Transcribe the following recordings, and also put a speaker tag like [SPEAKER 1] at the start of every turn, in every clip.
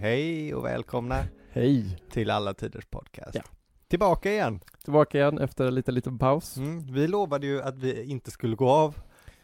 [SPEAKER 1] Hej och välkomna
[SPEAKER 2] Hej!
[SPEAKER 1] till Alla Tiders Podcast.
[SPEAKER 2] Ja.
[SPEAKER 1] Tillbaka igen.
[SPEAKER 2] Tillbaka igen efter en liten, liten paus.
[SPEAKER 1] Mm, vi lovade ju att vi inte skulle gå av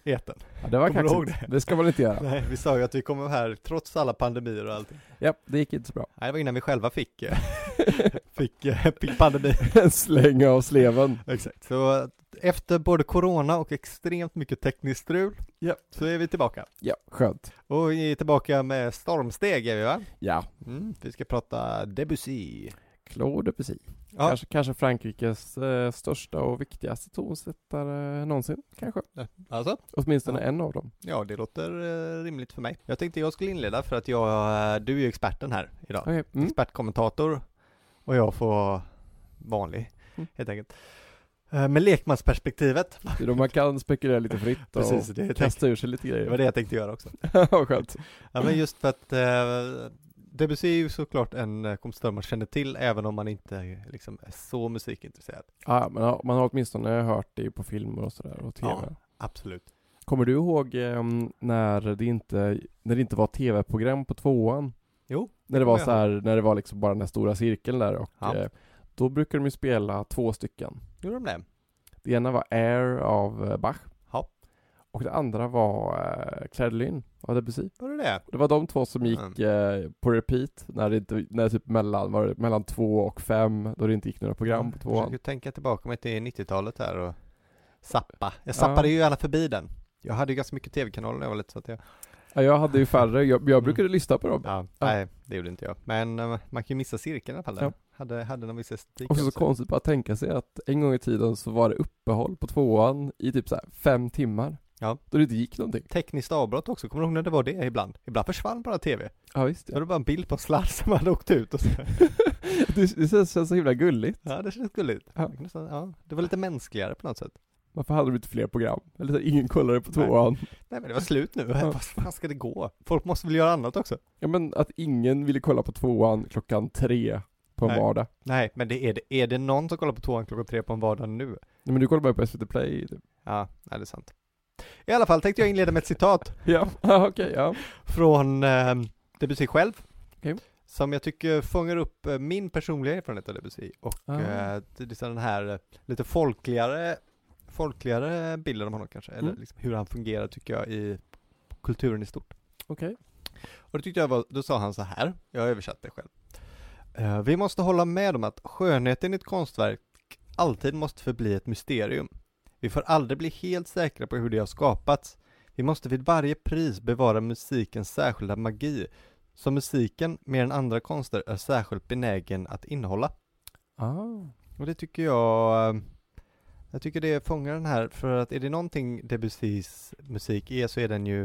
[SPEAKER 1] eten.
[SPEAKER 2] Ja, det var
[SPEAKER 1] Kommer du ihåg
[SPEAKER 2] kaxigt. Det? ska man inte göra.
[SPEAKER 1] Nej, vi sa ju att vi kommer vara här trots alla pandemier och allting.
[SPEAKER 2] Ja, det gick inte så bra.
[SPEAKER 1] Nej, det var innan vi själva fick, eh, fick, eh, fick pandemi.
[SPEAKER 2] Släng av sleven.
[SPEAKER 1] Exakt. Så att efter både corona och extremt mycket tekniskt strul
[SPEAKER 2] Ja.
[SPEAKER 1] så är vi tillbaka.
[SPEAKER 2] Ja, skönt.
[SPEAKER 1] Och vi är tillbaka med stormsteg är vi va?
[SPEAKER 2] Ja,
[SPEAKER 1] Mm, vi ska prata Debussy.
[SPEAKER 2] Claude Debussy.
[SPEAKER 1] Ja.
[SPEAKER 2] Kanske, kanske Frankrikes eh, största och viktigaste tonsättare någonsin, kanske.
[SPEAKER 1] Alltså?
[SPEAKER 2] Åtminstone
[SPEAKER 1] Ja.
[SPEAKER 2] en av dem.
[SPEAKER 1] Ja, det låter eh, rimligt för mig. Jag tänkte jag skulle inleda för att jag, eh, du är ju experten här idag.
[SPEAKER 2] Okej, mm.
[SPEAKER 1] Expertkommentator och jag får vara vanlig
[SPEAKER 2] Mm.
[SPEAKER 1] helt enkelt. Eh, Med lekmansperspektivet.
[SPEAKER 2] Det är då man kan spekulera lite fritt och
[SPEAKER 1] Precis, det, jag tänkte,
[SPEAKER 2] kasta ur sig lite
[SPEAKER 1] det var
[SPEAKER 2] grejer.
[SPEAKER 1] det jag tänkte göra också.
[SPEAKER 2] Vad skönt.
[SPEAKER 1] Ja, men just för att eh, Debussy är ju såklart en eh, kompositör man känner till även om man inte eh, liksom, är så musikintresserad.
[SPEAKER 2] Ja, men ja, man har åtminstone hört det på filmer och sådär och tv.
[SPEAKER 1] Ja. Absolut.
[SPEAKER 2] Kommer du ihåg ehm, när, det inte, när det inte var tv-program på tvåan?
[SPEAKER 1] Jo,
[SPEAKER 2] När det var
[SPEAKER 1] kommer
[SPEAKER 2] så här, när det var liksom bara den här stora cirkeln där och
[SPEAKER 1] Ja.
[SPEAKER 2] eh, då brukade de ju spela två stycken.
[SPEAKER 1] Gjorde de det?
[SPEAKER 2] Det ena var Air av eh, Bach
[SPEAKER 1] Ja,
[SPEAKER 2] och det andra var eh, Clair de Lune av Debussy.
[SPEAKER 1] var det det?
[SPEAKER 2] Det var de två som gick eh, på repeat när det inte, när typ mellan, var det mellan två och fem då det inte gick några program på
[SPEAKER 1] Jag
[SPEAKER 2] tvåan.
[SPEAKER 1] försöker tänka tillbaka mig till 90-talet här och zappa. Jag zappade ju gärna förbi den. Jag hade ju ganska mycket tv-kanaler när jag var lite så att jag...
[SPEAKER 2] Ja, jag hade ju färre, jag,
[SPEAKER 1] Mm.
[SPEAKER 2] jag brukade lyssna på dem.
[SPEAKER 1] Ja, nej, det gjorde inte jag. Men eh, man kan ju missa cirkeln i alla fall. där.
[SPEAKER 2] Ja.
[SPEAKER 1] Hade, hade någon viss estetik
[SPEAKER 2] Och så, så
[SPEAKER 1] också.
[SPEAKER 2] konstigt bara att tänka sig att en gång i tiden så var det uppehåll på tvåan i typ så här fem timmar.
[SPEAKER 1] Ja.
[SPEAKER 2] Då det inte gick någonting.
[SPEAKER 1] Tekniskt avbrott också, kommer du ihåg när det var det ibland? Ibland försvann bara tv.
[SPEAKER 2] Ja visst
[SPEAKER 1] Då var
[SPEAKER 2] ja.
[SPEAKER 1] det bara en bild på en sladd som hade åkt ut och så.
[SPEAKER 2] Det, det känns, känns så himla gulligt.
[SPEAKER 1] Ja, det känns gulligt.
[SPEAKER 2] Ja.
[SPEAKER 1] Nästan, ja, det var lite mänskligare på något sätt.
[SPEAKER 2] Varför hade de inte fler program? Eller så här, ingen kollade på
[SPEAKER 1] Nej.
[SPEAKER 2] tvåan.
[SPEAKER 1] Nej men det var slut nu,
[SPEAKER 2] Ja.
[SPEAKER 1] vad fan ska det gå? Folk måste väl göra annat också?
[SPEAKER 2] Ja men att ingen ville kolla på tvåan klockan tre på en
[SPEAKER 1] Nej.
[SPEAKER 2] vardag.
[SPEAKER 1] Nej, men det är, det, är det någon som kollar på tvåan klockan tre på en vardag nu?
[SPEAKER 2] Nej men du kollar bara på SVT Play. typ.
[SPEAKER 1] Ja, nej, det är sant. I alla fall tänkte jag inleda med ett citat
[SPEAKER 2] Ja, ja, okej ja.
[SPEAKER 1] från eh, Debussy själv.
[SPEAKER 2] Okej.
[SPEAKER 1] Som jag tycker fångar upp eh, min personliga erfarenhet av Debussy och
[SPEAKER 2] Ah.
[SPEAKER 1] eh, det är så den här eh, lite folkligare, folkligare bilden av honom kanske, eller
[SPEAKER 2] Mm.
[SPEAKER 1] liksom hur han fungerar tycker jag i kulturen i stort.
[SPEAKER 2] Okej.
[SPEAKER 1] Och det tyckte jag var, då sa han så här, jag översatte själv. Eh, Vi måste hålla med om att skönheten i ett konstverk alltid måste förbli ett mysterium. Vi får aldrig bli helt säkra på hur det har skapats. Vi måste vid varje pris bevara musikens särskilda magi, som musiken, mer än andra konster, är särskilt benägen att innehålla.
[SPEAKER 2] Ah.
[SPEAKER 1] Och det tycker jag, eh, jag tycker det fångar den här, för att är det någonting Debussys musik är så är den ju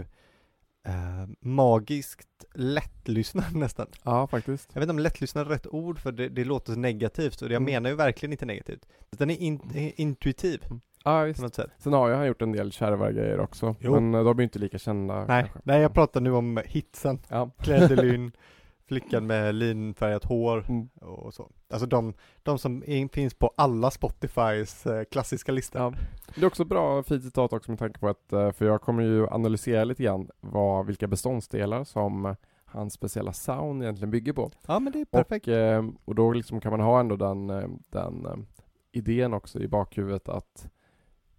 [SPEAKER 1] eh, magiskt lättlyssnad nästan.
[SPEAKER 2] Ja Ah, faktiskt.
[SPEAKER 1] Jag vet inte om lättlyssnad är rätt ord för det, det låter så negativt och jag
[SPEAKER 2] Mm.
[SPEAKER 1] menar ju verkligen inte negativt. Den är in, är intuitiv
[SPEAKER 2] Ja
[SPEAKER 1] på
[SPEAKER 2] Ah, visst.
[SPEAKER 1] något sätt.
[SPEAKER 2] Sen har ju han gjort en del kärvare grejer också.
[SPEAKER 1] Jo.
[SPEAKER 2] Men eh, de är ju inte lika kända
[SPEAKER 1] Nej,
[SPEAKER 2] kanske. Mm.
[SPEAKER 1] nej jag pratar nu om hitsen,
[SPEAKER 2] Ja.
[SPEAKER 1] klädelyn, flickan med linfärgat hår
[SPEAKER 2] Mm.
[SPEAKER 1] och så. Alltså de, de som in, finns på alla Spotifys eh, klassiska listor.
[SPEAKER 2] Ja. Det är också bra fint citat också med tanke på att, eh, för jag kommer ju analysera lite grann vad, vilka beståndsdelar som eh, hans speciella sound egentligen bygger på.
[SPEAKER 1] Ja men det är perfekt.
[SPEAKER 2] Och, eh, och då liksom kan man ha ändå den, eh, den eh, idén också i bakhuvudet att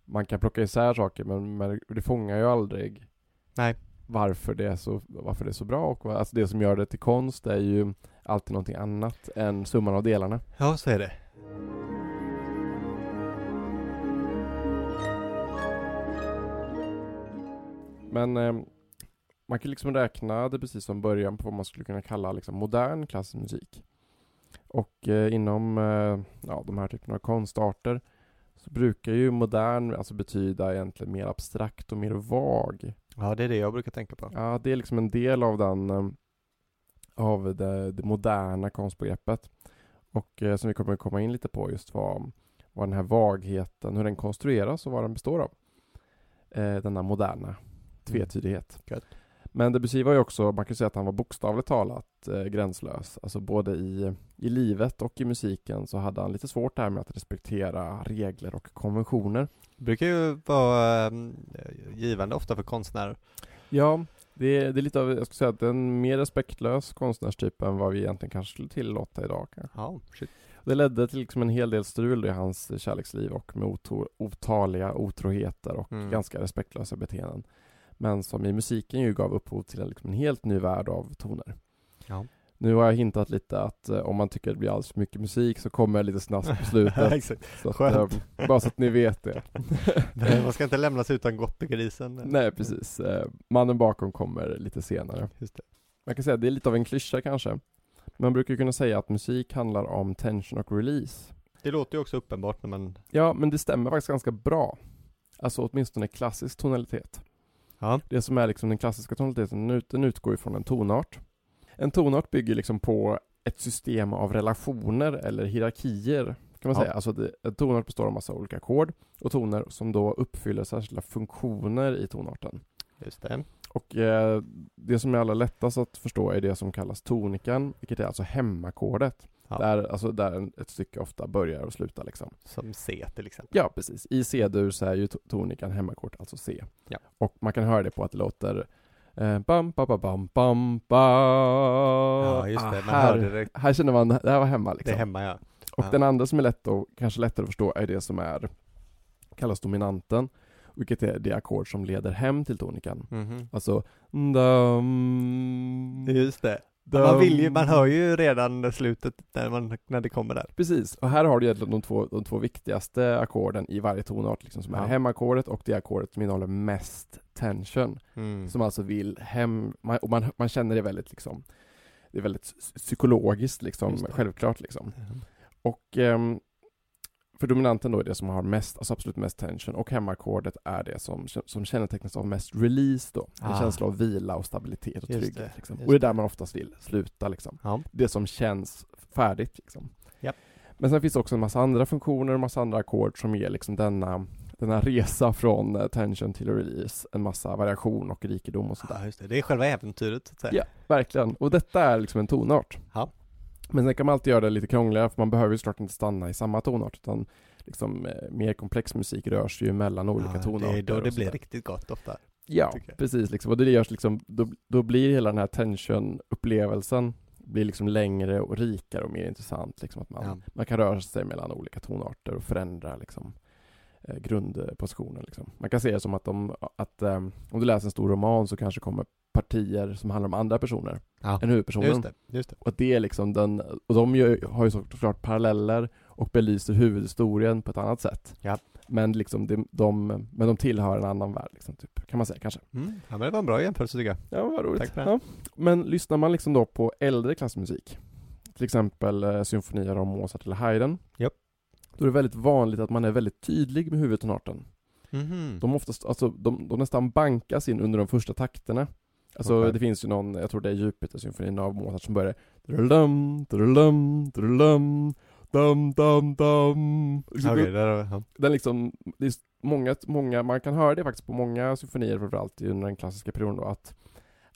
[SPEAKER 2] man kan plocka isär saker men, men det fångar ju aldrig
[SPEAKER 1] Nej.
[SPEAKER 2] varför det är så, varför det är så bra och vad, alltså det som gör det till konst är ju alltid någonting annat än summan av delarna.
[SPEAKER 1] Ja så är det.
[SPEAKER 2] Men eh, man kan liksom räkna det precis som början på vad man skulle kunna kalla liksom modern klassisk musik. Och eh, inom eh, ja, de här typerna av konstarter så brukar ju modern alltså betyda egentligen mer abstrakt och mer vag.
[SPEAKER 1] Ja det är det jag brukar tänka på.
[SPEAKER 2] Ja, det är liksom en del av den eh, av det, det moderna konstbegreppet. Och eh, som vi kommer komma in lite på just vad, vad den här vagheten, hur den konstrueras och vad den består av. Eh, denna moderna tvetydighet.
[SPEAKER 1] Gött.
[SPEAKER 2] Men Debussy var ju också, man kan ju säga att han var bokstavligt talat eh, gränslös. Alltså både i, i livet och i musiken så hade han lite svårt det här med att respektera regler och konventioner.
[SPEAKER 1] ehm, Brukar ju vara eh, givande ofta för konstnärer.
[SPEAKER 2] Ja, Det är, det är lite av, jag skulle säga att det är en mer respektlös konstnärstyp än vad vi egentligen kanske skulle tillåta idag. Kanske.
[SPEAKER 1] Ja, shit.
[SPEAKER 2] Det ledde till liksom en hel del strul i hans kärleksliv och med oto, otaliga otroheter och
[SPEAKER 1] Mm.
[SPEAKER 2] ganska respektlösa beteenden. Men som i musiken ju gav upphov till liksom en helt ny värld av toner.
[SPEAKER 1] Ja.
[SPEAKER 2] Nu har jag hintat lite att eh, om man tycker det blir alldeles för mycket musik så kommer jag lite snask på slutet.
[SPEAKER 1] Exakt.
[SPEAKER 2] så att,
[SPEAKER 1] Skönt.
[SPEAKER 2] eh, bara så att ni vet det.
[SPEAKER 1] Nej, Man ska inte lämnas utan gottegrisen.
[SPEAKER 2] Nej, precis. Eh, Mannen bakom kommer lite senare.
[SPEAKER 1] Just det.
[SPEAKER 2] Man kan säga att det är lite av en klyscha kanske. Man brukar ju kunna säga att musik handlar om tension och release.
[SPEAKER 1] det låter ju också uppenbart när man...
[SPEAKER 2] Ja, men det stämmer faktiskt ganska bra. Alltså åtminstone klassisk tonalitet.
[SPEAKER 1] Ja.
[SPEAKER 2] Det som är liksom den klassiska tonaliteten, den ut- den utgår ju från en tonart. En tonart bygger liksom på ett system av relationer eller hierarkier kan man
[SPEAKER 1] Ja.
[SPEAKER 2] säga. Alltså det, en tonart består av massa olika ackord och toner som då uppfyller särskilda funktioner i tonarten.
[SPEAKER 1] Just det.
[SPEAKER 2] Och eh, det som är allra lättast att förstå är det som kallas tonikan, vilket är alltså hemmakordet.
[SPEAKER 1] Ja.
[SPEAKER 2] Där, alltså, där en- ett stycke ofta börjar och slutar liksom.
[SPEAKER 1] Som C till exempel.
[SPEAKER 2] Ja, precis. I C-dur så är ju to- tonikan hemmakort, alltså C.
[SPEAKER 1] Ja.
[SPEAKER 2] Och man kan höra det på att det låter eh, bam, ba, ba, bam, bam, ba. Ja, ah,
[SPEAKER 1] Ja, just det. Man hör
[SPEAKER 2] här,
[SPEAKER 1] direkt.
[SPEAKER 2] här känner man, det här var hemma
[SPEAKER 1] Det
[SPEAKER 2] liksom.
[SPEAKER 1] är hemma ja.
[SPEAKER 2] Och
[SPEAKER 1] Ja.
[SPEAKER 2] den andra som är lätt och kanske lättare att förstå är det som är kallas dominanten, vilket är det ackord som leder hem till tonikan.
[SPEAKER 1] Mhm.
[SPEAKER 2] Alltså dum,
[SPEAKER 1] Just det.
[SPEAKER 2] dum.
[SPEAKER 1] Man vill ju, man hör ju redan slutet när, man, när det kommer där.
[SPEAKER 2] Precis, och här har du egentligen de två, de två viktigaste ackorden i varje tonart liksom, som
[SPEAKER 1] Ja.
[SPEAKER 2] är hemackordet och det ackordet som innehåller mest tension.
[SPEAKER 1] Mm.
[SPEAKER 2] Som alltså vill hem, man, och man, man känner det väldigt liksom det är väldigt s- psykologiskt liksom,
[SPEAKER 1] Just det.
[SPEAKER 2] självklart liksom. Och ehm, för dominanten då är det som har mest, alltså absolut mest tension och hemackordet är det som, som kännetecknas av mest release då. En
[SPEAKER 1] Ah.
[SPEAKER 2] känsla av vila och stabilitet och
[SPEAKER 1] Just
[SPEAKER 2] trygghet.
[SPEAKER 1] det,
[SPEAKER 2] Liksom.
[SPEAKER 1] just
[SPEAKER 2] Och det är där
[SPEAKER 1] det.
[SPEAKER 2] man oftast vill sluta liksom.
[SPEAKER 1] Ja.
[SPEAKER 2] Det som känns färdigt liksom.
[SPEAKER 1] Japp.
[SPEAKER 2] Men sen finns det också en massa andra funktioner och massa andra ackord som ger liksom denna, denna resa från eh, tension till release en massa variation och rikedom och sådär.
[SPEAKER 1] Ja, just det. Det är själva äventyret. Så att säga.
[SPEAKER 2] Ja. Verkligen, och detta är liksom en tonart.
[SPEAKER 1] Ja.
[SPEAKER 2] Men sen kan man alltid göra det lite krångligare för man behöver ju såklart inte stanna i samma tonart utan liksom eh, mer komplex musik rör sig ju mellan olika
[SPEAKER 1] Ja,
[SPEAKER 2] tonarter.
[SPEAKER 1] Det är då
[SPEAKER 2] och
[SPEAKER 1] det blir
[SPEAKER 2] sådär.
[SPEAKER 1] riktigt gott ofta.
[SPEAKER 2] Ja,
[SPEAKER 1] tycker jag.
[SPEAKER 2] precis liksom. Och det görs liksom, då, då blir hela den här tension-upplevelsen blir liksom längre och rikare och mer intressant liksom att man,
[SPEAKER 1] Ja.
[SPEAKER 2] man kan röra sig mellan olika tonarter och förändra liksom eh, grundpositionen liksom. Man kan se det som att, om, att eh, om du läser en stor roman så kanske kommer partier som handlar om andra personer
[SPEAKER 1] Ja.
[SPEAKER 2] än huvudpersonen.
[SPEAKER 1] Just det. Just det.
[SPEAKER 2] Och att det är liksom den, och de gör, har ju såklart paralleller och belyser huvudhistorien på ett annat sätt.
[SPEAKER 1] Ja.
[SPEAKER 2] Men liksom de, de, men de tillhör en annan värld liksom, typ, kan man säga kanske.
[SPEAKER 1] Mm. Ja, men det var en bra jämförelse tycker jag.
[SPEAKER 2] Ja, vad roligt.
[SPEAKER 1] Tack för det.
[SPEAKER 2] ja. Men lyssnar man liksom då på äldre klassmusik, till exempel eh, symfonier av Mozart eller Haydn,
[SPEAKER 1] Japp.
[SPEAKER 2] då är det väldigt vanligt att man är väldigt tydlig med huvudtonarten.
[SPEAKER 1] Mhm.
[SPEAKER 2] De, oftast, alltså, de, de nästan bankas in under de första takterna. Alltså
[SPEAKER 1] Okej.
[SPEAKER 2] det finns ju någon, jag tror det är Jupiter-symfonin av Mozart som börjar drulum, drulum, drulum, dum, dum, dum. Liksom,
[SPEAKER 1] Okej, där har vi- ja.
[SPEAKER 2] Den liksom, det är många, många, man kan höra det faktiskt på många symfonier framförallt under den klassiska perioden då att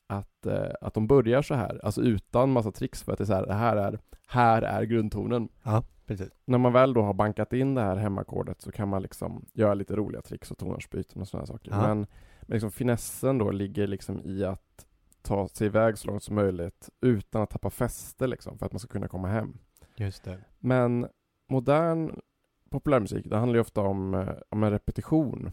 [SPEAKER 2] att, eh, att de börjar så här, alltså utan massa tricks för att det är så här, det här är, här är grundtonen
[SPEAKER 1] ja, precis.
[SPEAKER 2] när man väl då har bankat in det här hemmakordet så kan man liksom göra lite roliga tricks och tonartsbyten och sådana saker.
[SPEAKER 1] Ja.
[SPEAKER 2] Men, men liksom finessen då ligger liksom i att ta sig iväg så långt som möjligt utan att tappa fäste liksom för att man ska kunna komma hem.
[SPEAKER 1] Just det.
[SPEAKER 2] Men modern populärmusik, det handlar ju ofta om, eh, om en repetition.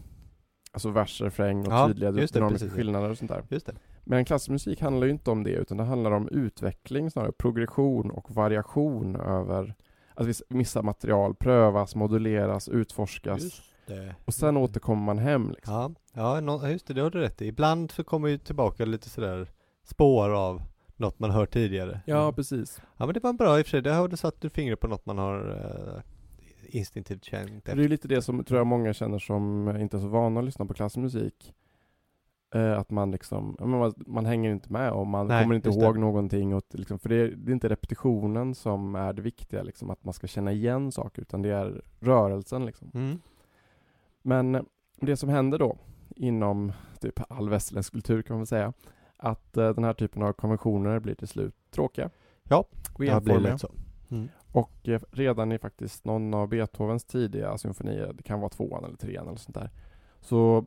[SPEAKER 2] Alltså vers, refräng och
[SPEAKER 1] Ja,
[SPEAKER 2] tydliga
[SPEAKER 1] just det,
[SPEAKER 2] dynamiska
[SPEAKER 1] precis.
[SPEAKER 2] skillnader och sånt där.
[SPEAKER 1] Just det.
[SPEAKER 2] Men klassmusik handlar ju inte om det utan det handlar om utveckling snarare, progression och variation över att vis- vissa material prövas, moduleras, utforskas
[SPEAKER 1] Just det. Mm.
[SPEAKER 2] och sen återkommer man hem. Liksom.
[SPEAKER 1] Ja, ja nå- ja, just det, det har du rätt i. Ibland så kommer ju tillbaka lite sådär spår av något man hört tidigare. Mm.
[SPEAKER 2] precis.
[SPEAKER 1] ja men det var en bra i och för sig. Där har du satt du fingret på något man har eh, instinktivt känt
[SPEAKER 2] Det
[SPEAKER 1] efter.
[SPEAKER 2] är ju lite det som tror jag många känner som inte är så vana att lyssna på klassmusik. Eh, att man liksom, ja, men man, man hänger inte med och man
[SPEAKER 1] Nej,
[SPEAKER 2] kommer inte
[SPEAKER 1] just det.
[SPEAKER 2] ihåg någonting. Och, liksom, för det är, det är inte repetitionen som är det viktiga, liksom, att man ska känna igen saker, utan det är rörelsen. Liksom.
[SPEAKER 1] Mm.
[SPEAKER 2] Men det som händer då inom typ all västerländsk kultur kan man väl säga att eh, den här typen av konventioner blir till slut tråkiga.
[SPEAKER 1] Ja,
[SPEAKER 2] och
[SPEAKER 1] Ja, det blir
[SPEAKER 2] enformiga.
[SPEAKER 1] lätt så. Mm.
[SPEAKER 2] Och eh, redan i faktiskt någon av Beethovens tidiga symfonier, det kan vara tvåan eller trean eller sånt där, så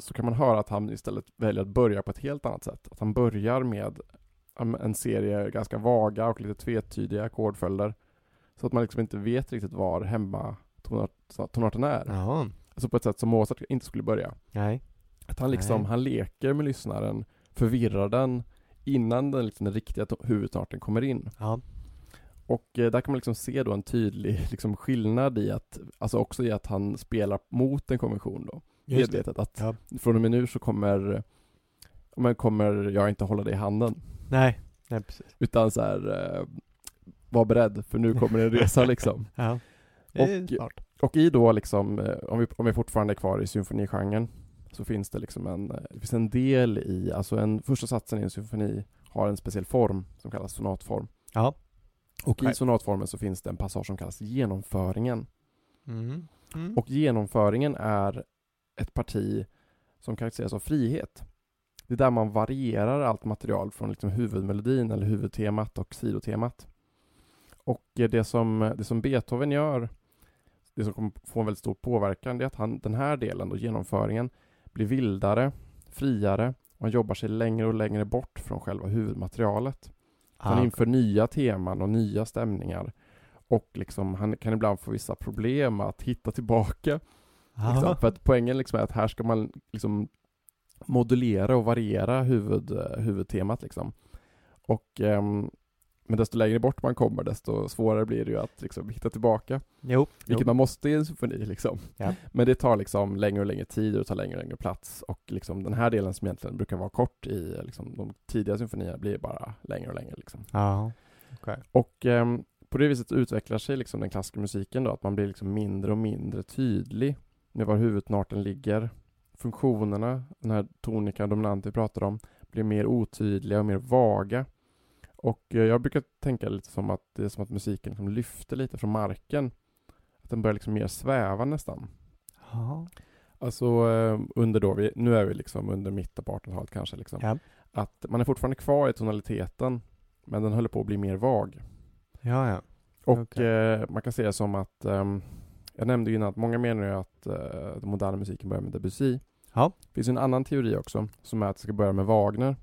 [SPEAKER 2] så kan man höra att han istället väljer att börja på ett helt annat sätt. Att han börjar med um, en serie ganska vaga och lite tvetydiga ackordföljder. Så att man liksom inte vet riktigt var hemma tonart- tonarten är.
[SPEAKER 1] Jaha.
[SPEAKER 2] Alltså på ett sätt som Mozart inte skulle börja.
[SPEAKER 1] Nej.
[SPEAKER 2] Att han liksom,
[SPEAKER 1] Nej.
[SPEAKER 2] han leker med lyssnaren, förvirrar den innan den, liksom, den riktiga to- huvudtonarten kommer in.
[SPEAKER 1] Ja.
[SPEAKER 2] Och eh, där kan man liksom se då en tydlig liksom, skillnad i att, alltså också i att han spelar mot en konvention då. medvetet att
[SPEAKER 1] Ja.
[SPEAKER 2] från och med nu så kommer, men kommer jag inte hålla dig i handen.
[SPEAKER 1] Nej. Nej, precis.
[SPEAKER 2] Utan så här, eh, var beredd för nu kommer en resa liksom.
[SPEAKER 1] Ja.
[SPEAKER 2] Och-
[SPEAKER 1] Det är smart.
[SPEAKER 2] Och i då liksom, eh, om vi, om vi fortfarande är kvar i symfonigenren, så finns det liksom en, eh, det finns en del i, alltså en, första satsen i en symfoni har en speciell form som kallas sonatform.
[SPEAKER 1] Ja.
[SPEAKER 2] Och i
[SPEAKER 1] Nej.
[SPEAKER 2] sonatformen så finns det en passage som kallas genomföringen.
[SPEAKER 1] Mm. Mm.
[SPEAKER 2] Och genomföringen är ett parti som karaktäriseras av frihet. Det är där man varierar allt material från liksom huvudmelodin eller huvudtemat och sidotemat. Och eh, det som, det som Beethoven gör, det som kommer få en väldigt stor påverkan, det är att han, den här delen, då, genomföringen, blir vildare, friare och han jobbar sig längre och längre bort från själva huvudmaterialet. Han
[SPEAKER 1] Ah,
[SPEAKER 2] inför nya teman och nya stämningar. Och liksom, han kan ibland få vissa problem att hitta tillbaka.
[SPEAKER 1] ah.
[SPEAKER 2] Liksom. För att poängen liksom är att här ska man liksom modulera och variera huvud, eh, huvudtemat. Liksom. Och, ehm, men desto längre bort man kommer desto svårare blir det ju att liksom, hitta tillbaka.
[SPEAKER 1] Jo.
[SPEAKER 2] Vilket
[SPEAKER 1] jo.
[SPEAKER 2] man måste i en symfoni. Liksom.
[SPEAKER 1] Ja.
[SPEAKER 2] Men det tar liksom längre och längre tid och det tar längre och längre plats. Och liksom, den här delen som egentligen brukar vara kort i eh, liksom, de tidiga symfonierna blir bara längre och längre. Liksom.
[SPEAKER 1] Ja.
[SPEAKER 2] Och ehm, på det viset utvecklar sig liksom den klassiska musiken då, att man blir liksom mindre och mindre tydlig med var huvudtonarten ligger. Funktionerna, den här tonika och dominanta vi pratade om, blir mer otydliga och mer vaga. Och eh, jag brukar tänka lite som att det är som att musiken liksom lyfter lite från marken. Att den börjar liksom mer sväva nästan.
[SPEAKER 1] Ja.
[SPEAKER 2] Alltså eh, under då, vi, nu är vi liksom under mitten på 1800-talet kanske liksom.
[SPEAKER 1] Ja.
[SPEAKER 2] Att man är fortfarande kvar i tonaliteten, men den håller på att bli mer vag.
[SPEAKER 1] Ja, ja.
[SPEAKER 2] Och
[SPEAKER 1] Okej.
[SPEAKER 2] eh, man kan säga som att ehm, jag nämnde ju innan att många menar ju att eh, den moderna musiken börjar med Debussy.
[SPEAKER 1] Ja.
[SPEAKER 2] Det finns ju en annan teori också som är att det ska börja med Wagner.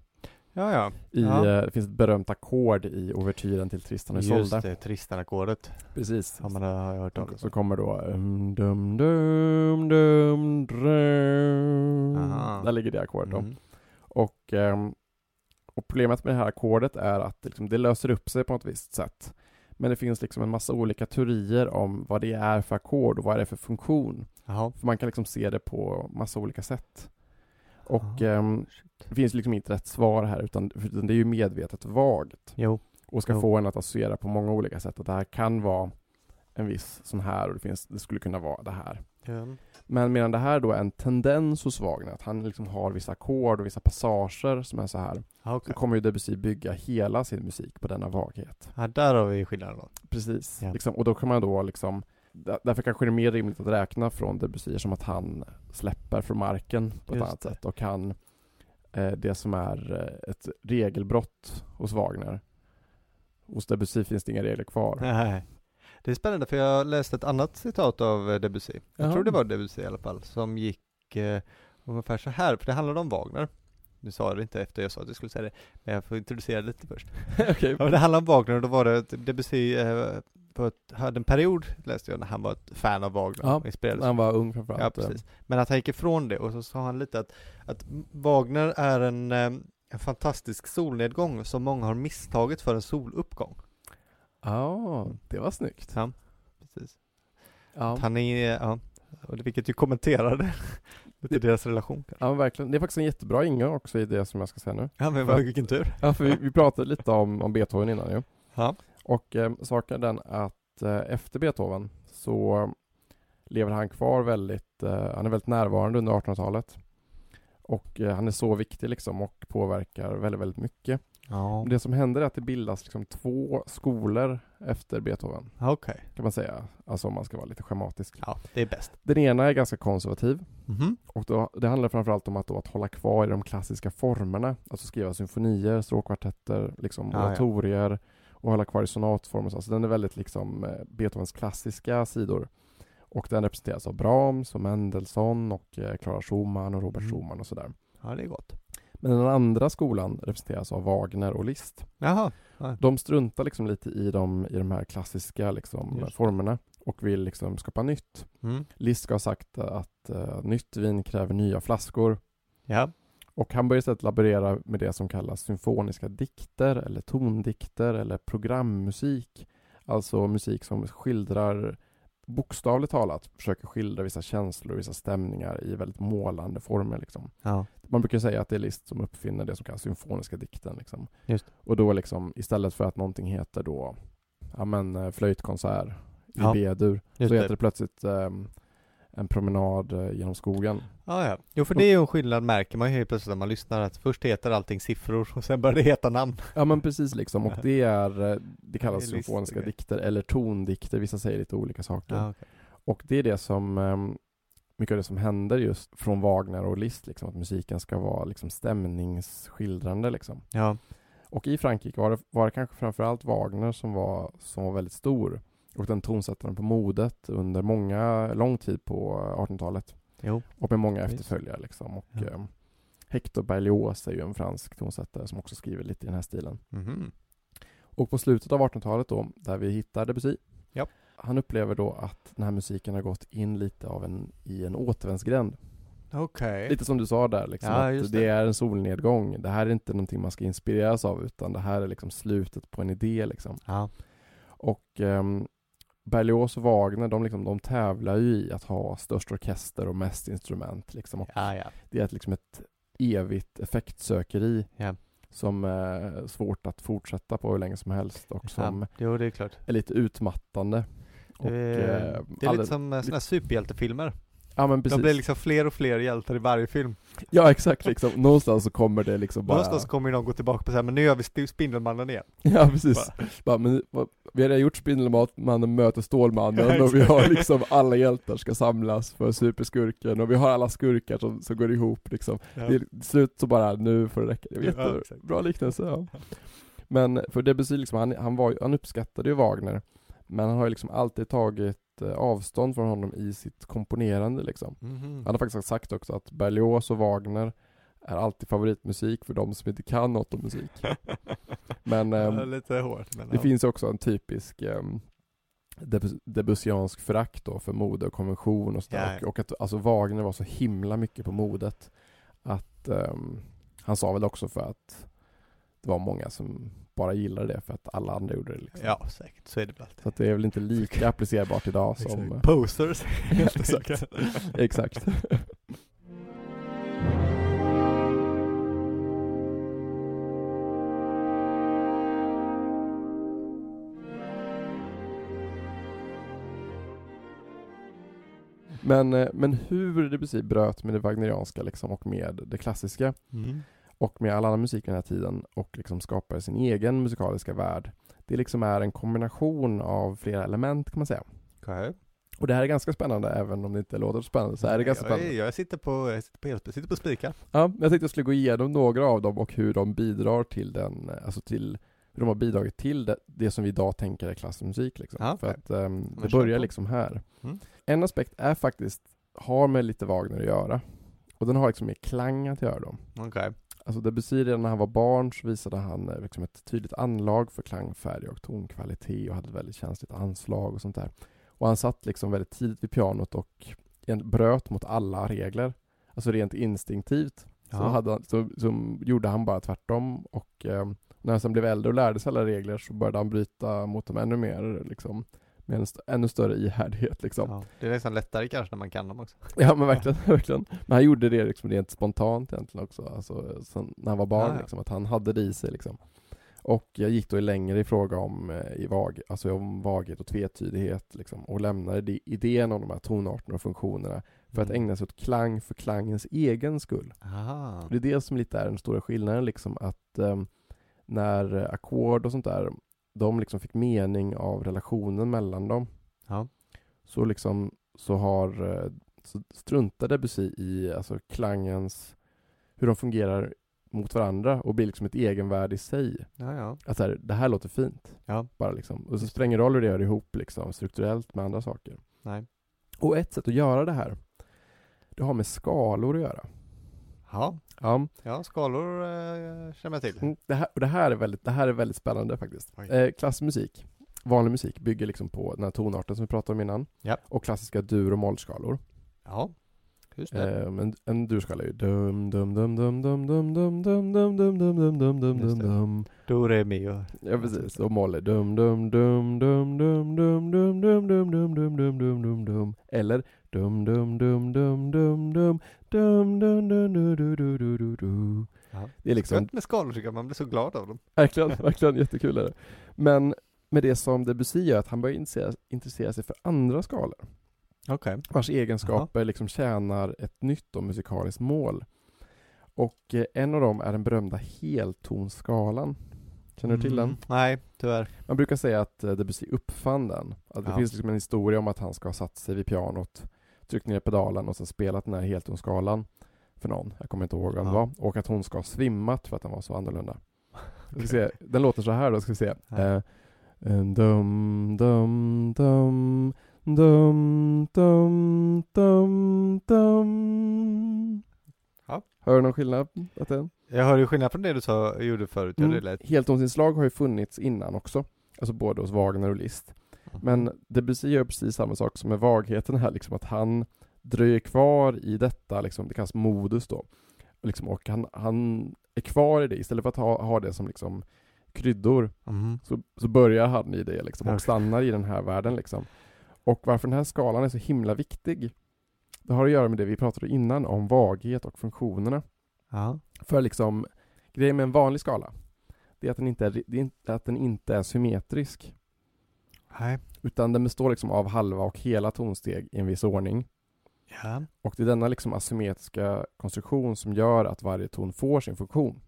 [SPEAKER 1] Ja, ja.
[SPEAKER 2] I,
[SPEAKER 1] Ja.
[SPEAKER 2] eh, det finns ett berömt ackord i ouvertyren till Tristan och
[SPEAKER 1] Just
[SPEAKER 2] Isolde.
[SPEAKER 1] det, Tristan-ackordet.
[SPEAKER 2] Precis.
[SPEAKER 1] Ja, men det har jag hört talas
[SPEAKER 2] Så
[SPEAKER 1] om.
[SPEAKER 2] kommer då um, dum, dum, dum, dum.
[SPEAKER 1] Aha.
[SPEAKER 2] Där ligger det ackordet då.
[SPEAKER 1] Mm.
[SPEAKER 2] Och, ehm, och problemet med det här ackordet är att liksom, det löser upp sig på något visst sätt. Men det finns liksom en massa olika teorier om vad det är för ackord och vad det är för funktion.
[SPEAKER 1] Jaha.
[SPEAKER 2] För man kan liksom se det på massa olika sätt. Och
[SPEAKER 1] Ja.
[SPEAKER 2] ehm,
[SPEAKER 1] Shit.
[SPEAKER 2] det finns liksom inte rätt svar här utan, utan det är ju medvetet vagt
[SPEAKER 1] Jo.
[SPEAKER 2] och ska
[SPEAKER 1] Jo.
[SPEAKER 2] få en att associera på många olika sätt att det här kan vara en viss sån här och det, finns, det skulle kunna vara det här.
[SPEAKER 1] Ja.
[SPEAKER 2] Men medan det här då är en tendens hos Wagner, att han liksom har vissa ackord och vissa passager som är så här.
[SPEAKER 1] Ja,
[SPEAKER 2] Så
[SPEAKER 1] okej.
[SPEAKER 2] kommer ju Debussy bygga hela sin musik på denna vaghet.
[SPEAKER 1] Ja, där har vi skillnaden då.
[SPEAKER 2] Precis.
[SPEAKER 1] Ja.
[SPEAKER 2] Liksom, och då kan man då liksom, där- därför kanske det är mer rimligt att räkna från Debussy som att han släpper från marken på ett
[SPEAKER 1] Just
[SPEAKER 2] annat
[SPEAKER 1] det.
[SPEAKER 2] sätt och kan eh, det som är eh, ett regelbrott hos Wagner. Hos Debussy finns det inga regler kvar.
[SPEAKER 1] Nej. Det är spännande för jag läste ett annat citat av eh, Debussy. Jag
[SPEAKER 2] Jaha.
[SPEAKER 1] tror det var Debussy i alla fall som gick eh, ungefär så här, för det handlade om Wagner. Du sa jag det inte efter jag sa att du skulle säga det, men jag får introducera det lite först.
[SPEAKER 2] Okej.
[SPEAKER 1] Ja, men det handlade om Wagner och då var det att Debussy eh, på ett, hade en period, läste jag, när han var ett fan av Wagner
[SPEAKER 2] Ja,
[SPEAKER 1] och inspirerades
[SPEAKER 2] Han var ung
[SPEAKER 1] Ja,
[SPEAKER 2] framförallt.
[SPEAKER 1] precis. Men att eh, han gick ifrån det och så sa han lite att, att Wagner är en, eh, en fantastisk solnedgång som många har misstagit för en soluppgång.
[SPEAKER 2] Ja, det var snyggt.
[SPEAKER 1] Ja, precis.
[SPEAKER 2] Ja.
[SPEAKER 1] Att han är, ja, och det, vilket ju kommenterade lite deras relation. kanske.
[SPEAKER 2] ja, men verkligen. Det är faktiskt en jättebra ingång också i det som jag ska säga nu.
[SPEAKER 1] Ja, men vad, vilken tur.
[SPEAKER 2] Ja, för vi, vi pratade lite om, om Beethoven innan ju.
[SPEAKER 1] Ja.
[SPEAKER 2] Och eh, saken är den att eh, efter Beethoven så lever han kvar väldigt, eh, han är väldigt närvarande under 1800-talet. Och eh, han är så viktig liksom och påverkar väldigt, väldigt mycket.
[SPEAKER 1] Ja,
[SPEAKER 2] Det som händer är att det bildas liksom två skolor efter Beethoven,
[SPEAKER 1] okej.
[SPEAKER 2] kan man säga. Alltså om man ska vara lite schematisk.
[SPEAKER 1] Ja, det är bäst.
[SPEAKER 2] Den ena är ganska konservativ
[SPEAKER 1] Mhm.
[SPEAKER 2] och då, det handlar framförallt om att, då, att hålla kvar i de klassiska formerna. Alltså skriva symfonier, stråkkvartetter, liksom
[SPEAKER 1] Ah, Ja, ja.
[SPEAKER 2] oratorier och hålla kvar i sonatformer. och så. Alltså den är väldigt liksom eh, Beethovens klassiska sidor. Och den representeras av Brahms och Mendelssohn och eh, Clara Schumann och Robert
[SPEAKER 1] Mm.
[SPEAKER 2] Schumann och sådär.
[SPEAKER 1] Ja, det är gott.
[SPEAKER 2] Men den andra skolan representeras av Wagner och Liszt.
[SPEAKER 1] Jaha.
[SPEAKER 2] De struntar liksom lite i de, i de här klassiska liksom
[SPEAKER 1] Just det.
[SPEAKER 2] formerna och vill liksom skapa nytt.
[SPEAKER 1] Mm.
[SPEAKER 2] Liszt ska ha sagt att eh, nytt vin kräver nya flaskor
[SPEAKER 1] Ja.
[SPEAKER 2] och han börjar istället laborera med det som kallas symfoniska dikter eller tondikter eller programmusik. Alltså musik som skildrar, bokstavligt talat, försöker skildra vissa känslor, vissa stämningar i väldigt målande former. Liksom
[SPEAKER 1] Ja.
[SPEAKER 2] man brukar säga att det är Liszt som uppfinner det som kallas symfoniska dikten. Liksom.
[SPEAKER 1] Just.
[SPEAKER 2] Och då liksom, istället för att någonting heter då ja, men, eh, flöjtkonsert i
[SPEAKER 1] Ja.
[SPEAKER 2] B-dur,
[SPEAKER 1] Just
[SPEAKER 2] så
[SPEAKER 1] det.
[SPEAKER 2] heter det plötsligt ehm, en promenad eh, genom skogen.
[SPEAKER 1] Ja, ja. Jo, för det är ju en skillnad märker man ju helt plötsligt när man lyssnar att först heter allting siffror och sen börjar det heta namn.
[SPEAKER 2] Ja men precis liksom, och det är, eh, det kallas
[SPEAKER 1] Det är Liszt,
[SPEAKER 2] symfoniska
[SPEAKER 1] okej.
[SPEAKER 2] dikter eller tondikter, vissa säger lite olika saker.
[SPEAKER 1] okay.
[SPEAKER 2] Och det är det som, ehm, mycket av det som händer just från Wagner och Liszt, liksom, att musiken ska vara liksom, stämningsskildrande liksom.
[SPEAKER 1] Ja.
[SPEAKER 2] Och i Frankrike var det, var det kanske framförallt Wagner som var, som var väldigt stor och den tonsatte den på modet under många, lång tid på 1800-talet
[SPEAKER 1] Jo.
[SPEAKER 2] och med många
[SPEAKER 1] Visst.
[SPEAKER 2] efterföljare liksom. Och,
[SPEAKER 1] Ja.
[SPEAKER 2] ehm, Hector Berlioz är ju en fransk tonsättare som också skriver lite i den här stilen.
[SPEAKER 1] Mhm.
[SPEAKER 2] Och på slutet av 1800-talet då, där vi hittar Debussy,
[SPEAKER 1] Ja.
[SPEAKER 2] han upplever då att den här musiken har gått in lite av en, i en återvändsgränd.
[SPEAKER 1] Okej.
[SPEAKER 2] Lite som du sa där, liksom,
[SPEAKER 1] Ja,
[SPEAKER 2] att
[SPEAKER 1] just
[SPEAKER 2] det.
[SPEAKER 1] det.
[SPEAKER 2] är en solnedgång. Det här är inte någonting man ska inspireras av, utan det här är liksom slutet på en idé. Liksom.
[SPEAKER 1] Ja.
[SPEAKER 2] Och ehm, Berlioz och Wagner, de, liksom, de tävlar ju i att ha störst orkester och mest instrument. Liksom. Och
[SPEAKER 1] Ja, ja.
[SPEAKER 2] det är ett, liksom ett evigt effektsökeri
[SPEAKER 1] Ja.
[SPEAKER 2] som är svårt att fortsätta på hur länge som helst och som
[SPEAKER 1] ja. Jo, det är klart.
[SPEAKER 2] är lite utmattande. Och,
[SPEAKER 1] det är,
[SPEAKER 2] eh,
[SPEAKER 1] det är
[SPEAKER 2] alla-
[SPEAKER 1] lite som eh, såna här superhjältefilmer.
[SPEAKER 2] ja, men
[SPEAKER 1] De
[SPEAKER 2] precis.
[SPEAKER 1] blir liksom fler och fler hjältar i varje film.
[SPEAKER 2] ja, exakt. Liksom. Någonstans så kommer det liksom bara...
[SPEAKER 1] Någonstans kommer ju någon gå tillbaka på så här, men nu gör vi Stu- Spindelmannen igen.
[SPEAKER 2] Ja precis. Bara, men, vad, vi har redan gjort Spindelmannen möter Stålmannen
[SPEAKER 1] Ja,
[SPEAKER 2] och vi
[SPEAKER 1] exakt.
[SPEAKER 2] har liksom alla hjältar ska samlas för superskurken och vi har alla skurkar som, som går ihop liksom.
[SPEAKER 1] Ja.
[SPEAKER 2] Det är till slut så bara, nu får det räcka. Det var
[SPEAKER 1] Ja,
[SPEAKER 2] jätte-
[SPEAKER 1] exakt.
[SPEAKER 2] bra liknelse. Ja. Men för Debussy, liksom, han, han, var, ju- han uppskattade ju Wagner, men han har ju liksom alltid tagit eh, avstånd från honom i sitt komponerande liksom.
[SPEAKER 1] Mhm.
[SPEAKER 2] Han har faktiskt sagt också att Berlioz och Wagner är alltid favoritmusik för de som inte kan något om musik. Men ehm,
[SPEAKER 1] Ja, lite hårt. Men,
[SPEAKER 2] det
[SPEAKER 1] ja.
[SPEAKER 2] finns också en typisk um, debusyansk förakt då för mode och konvention och sådär.
[SPEAKER 1] Ja,
[SPEAKER 2] Och, och att alltså Wagner var så himla mycket på modet att ehm, han sa väl också för att det var många som bara gillade det för att alla andra gjorde det. Liksom.
[SPEAKER 1] Ja, säkert. Så är det väl alltid.
[SPEAKER 2] Så att det är väl inte lika applicerbart idag som...
[SPEAKER 1] Exakt. Posers. helt
[SPEAKER 2] Exakt.
[SPEAKER 1] enkelt.
[SPEAKER 2] Exakt. Men, eh, men hur Debussy bröt med det wagnerianska liksom och med det klassiska
[SPEAKER 1] Mm.
[SPEAKER 2] och med all annan musik vid den här tiden och liksom skapade sin egen musikaliska värld. Det liksom är en kombination av flera element kan man säga.
[SPEAKER 1] Okej.
[SPEAKER 2] Och det här är ganska spännande även om det inte låter så spännande så är det ganska
[SPEAKER 1] jag,
[SPEAKER 2] spännande.
[SPEAKER 1] är- jag sitter på, jag sitter på, jag sitter på spikar.
[SPEAKER 2] Ja, men jag tänkte jag skulle gå igenom några av dem och hur de bidrar till den, alltså till hur de har bidragit till det, det som vi idag tänker är klassisk musik. Liksom.
[SPEAKER 1] Ja,
[SPEAKER 2] För
[SPEAKER 1] Ah, okej.
[SPEAKER 2] att ehm, det
[SPEAKER 1] men kör
[SPEAKER 2] börjar
[SPEAKER 1] på.
[SPEAKER 2] liksom här.
[SPEAKER 1] Mm.
[SPEAKER 2] En aspekt är faktiskt, har med lite Wagner att göra. Och den har liksom med klang att göra då.
[SPEAKER 1] Okej.
[SPEAKER 2] Alltså Debussy redan när han var barn så visade han eh, liksom ett tydligt anlag för klang, färg och tonkvalitet och hade ett väldigt känsligt anslag och sånt där. Och han satt liksom väldigt tidigt vid pianot och en- bröt mot alla regler. Alltså rent instinktivt så,
[SPEAKER 1] Ja.
[SPEAKER 2] hade han, så, så gjorde han bara tvärtom och eh, när han sen blev äldre och lärde sig alla regler så började han bryta mot dem ännu mer liksom med en st- ännu större ihärdighet liksom.
[SPEAKER 1] Ja. Det är nästan lättare kanske när man kan dem också.
[SPEAKER 2] Ja, men verkligen, verkligen. Men han gjorde det liksom rent spontant egentligen också, alltså sen, när han var barn
[SPEAKER 1] Ja, ja.
[SPEAKER 2] liksom, att han hade det i sig liksom. Och jag gick då längre i fråga om, eh, i vag, alltså om vaghet och tvetydighet liksom, och lämnade det, idén om de här tonarterna och funktionerna för att
[SPEAKER 1] Mm.
[SPEAKER 2] ägna sig åt klang för klangens egen skull.
[SPEAKER 1] Aha.
[SPEAKER 2] Och det är det som lite är den stora skillnaden liksom att ehm, när eh, ackord och sånt där, de liksom fick mening av relationen mellan dem.
[SPEAKER 1] Ja.
[SPEAKER 2] Så liksom, så har, eh, så struntar Debussy i alltså klangens, hur de fungerar mot varandra och blir liksom ett egenvärde i sig.
[SPEAKER 1] Ja, ja.
[SPEAKER 2] Att så här, det här låter fint.
[SPEAKER 1] Ja.
[SPEAKER 2] Bara liksom. Och så spelar det ingen roll hur det gör ihop liksom strukturellt med andra saker.
[SPEAKER 1] Nej.
[SPEAKER 2] Och ett sätt att göra det här, det har med skalor att göra.
[SPEAKER 1] Ja,
[SPEAKER 2] Ja.
[SPEAKER 1] ja skalor eh, känner jag till.
[SPEAKER 2] Mm, Det här, och det här är väldigt, det här är väldigt spännande faktiskt.
[SPEAKER 1] Oj.
[SPEAKER 2] Eh, klassmusik, vanlig musik, bygger liksom på den här tonarten som vi pratade om innan.
[SPEAKER 1] Ja.
[SPEAKER 2] Och klassiska dur och mollskalor.
[SPEAKER 1] Ja, just det.
[SPEAKER 2] Eh, men en durskala är ju dum dum dum dum dum dum dum dum dum dum dum dum dum dum
[SPEAKER 1] Just
[SPEAKER 2] dum
[SPEAKER 1] det.
[SPEAKER 2] dum
[SPEAKER 1] Do, re, mi och...
[SPEAKER 2] Ja precis, och moll är dum dum dum dum dum dum dum dum dum dum dum dum dum dum dum Eller dum dum dum dum dum dum dum dum dum du du du du du du
[SPEAKER 1] Ja.
[SPEAKER 2] Det är liksom
[SPEAKER 1] Skönt med skalor tycker jag, man blir så glad av dem.
[SPEAKER 2] Verkligen, verkligen jättekul är det. Men med det som Debussy gör, att han börjar intressera, intressera sig för andra skalor,
[SPEAKER 1] Okej.
[SPEAKER 2] vars egenskaper liksom tjänar ett nytt och musikaliskt mål. Och eh, en av dem är den berömda heltonskalan. Känner du till
[SPEAKER 1] Mm.
[SPEAKER 2] den?
[SPEAKER 1] Nej, tyvärr.
[SPEAKER 2] Man brukar säga att eh, Debussy uppfann den. Att det
[SPEAKER 1] Ja.
[SPEAKER 2] finns liksom en historia om att han ska ha satt sig vid pianot, tryckt ner pedalen och sen spelat den här heltonskalan för någon. Jag kommer inte ihåg vem
[SPEAKER 1] Ja.
[SPEAKER 2] det var. Och att hon ska ha svimmat för att den var så annorlunda. Ska se, den låter så här då, ska vi se.
[SPEAKER 1] Ja.
[SPEAKER 2] Eh, en dum, dum, dum, dum, dum, dum, dum.
[SPEAKER 1] Ja.
[SPEAKER 2] Hör du någon skillnad? Att det?
[SPEAKER 1] Jag hör ju skillnad från det du sa, gjorde förut,
[SPEAKER 2] Mm.
[SPEAKER 1] ja, det lät.
[SPEAKER 2] Heltonsinslag har ju funnits innan också. Alltså både hos Wagner och Liszt. Men Debussy gör precis samma sak som med vagheten här, liksom att han dröjer kvar i detta, liksom, det kallas modus då. Och Liksom, och han, han är kvar i det, istället för att ha, ha det som liksom kryddor,
[SPEAKER 1] Mhm.
[SPEAKER 2] så, så börjar han i det liksom, och
[SPEAKER 1] Okej.
[SPEAKER 2] stannar i den här världen. Liksom. Och varför den här skalan är så himla viktig, det har att göra med det vi pratade innan om vaghet och funktionerna.
[SPEAKER 1] Ja.
[SPEAKER 2] För liksom, grejen med en vanlig skala, det är att den inte är, ri- det är inte- att den inte är symmetrisk.
[SPEAKER 1] Nej.
[SPEAKER 2] Utan den består liksom av halva och hela tonsteg i en viss ordning.
[SPEAKER 1] Ja.
[SPEAKER 2] Och det är denna liksom asymmetriska konstruktion som gör att varje ton får sin funktion.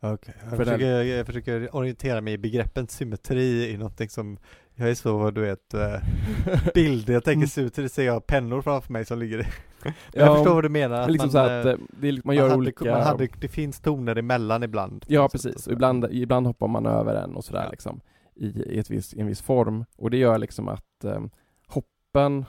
[SPEAKER 1] Okej, jag,
[SPEAKER 2] För
[SPEAKER 1] försöker, jag försöker orientera mig i begreppen symmetri i någonting som, jag är så, du vet, eh, bilder, jag tänker
[SPEAKER 2] Mm.
[SPEAKER 1] symmetri, ser jag pennor framför mig som ligger i. Men jag förstår vad du menar, att
[SPEAKER 2] men liksom
[SPEAKER 1] man,
[SPEAKER 2] så här att
[SPEAKER 1] eh,
[SPEAKER 2] eh, det är, liksom- man
[SPEAKER 1] man,
[SPEAKER 2] gör
[SPEAKER 1] hade,
[SPEAKER 2] olika...
[SPEAKER 1] man hade, det finns toner emellan ibland.
[SPEAKER 2] Ja,
[SPEAKER 1] Så- så-
[SPEAKER 2] precis.
[SPEAKER 1] så-
[SPEAKER 2] Och ibland, ibland hoppar man över en och sådär
[SPEAKER 1] Ja.
[SPEAKER 2] liksom i, i, ett viss, i en viss form. Och det gör liksom att eh, hoppen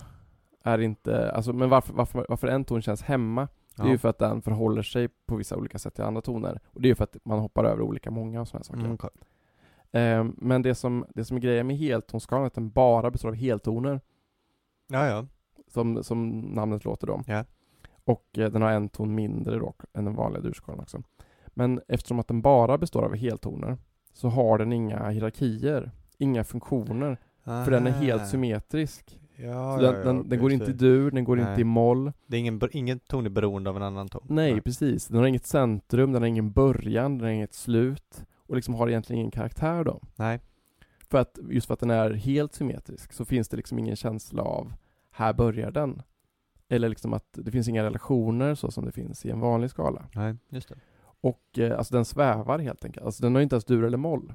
[SPEAKER 2] är inte, alltså men varför, varför, varför en ton känns hemma, det är ju
[SPEAKER 1] Ja.
[SPEAKER 2] för att den förhåller sig på vissa olika sätt till andra toner. Och det är ju för att man hoppar över olika många och sådana saker.
[SPEAKER 1] Mm, okej.
[SPEAKER 2] Eh, men det som, det som är grejen med heltonskalan är att den bara består av heltoner,
[SPEAKER 1] ja, ja.
[SPEAKER 2] som, som namnet låter då.
[SPEAKER 1] Ja.
[SPEAKER 2] Och eh, den har en ton mindre då, än den vanliga durskalan också. Men eftersom att den bara består av heltoner så har den inga hierarkier, inga funktioner, för den är helt symmetrisk.
[SPEAKER 1] Ja,
[SPEAKER 2] så
[SPEAKER 1] Ah, ja,
[SPEAKER 2] den,
[SPEAKER 1] ja,
[SPEAKER 2] den,
[SPEAKER 1] okej,
[SPEAKER 2] den går inte i
[SPEAKER 1] så-
[SPEAKER 2] dur, den går
[SPEAKER 1] Nej.
[SPEAKER 2] inte i moll.
[SPEAKER 1] Det är ingen, ber- ingen ton är beroende av en annan ton.
[SPEAKER 2] Nej, precis. Den har inget centrum, den har ingen början, den har inget slut och liksom har egentligen ingen karaktär då.
[SPEAKER 1] Nej.
[SPEAKER 2] För att, just för att den är helt symmetrisk så finns det liksom ingen känsla av här börjar den. Eller liksom att det finns inga relationer så som det finns i en vanlig skala.
[SPEAKER 1] Nej, just det.
[SPEAKER 2] Och eh, alltså den svävar helt enkelt. Alltså den har inte ens dur eller moll.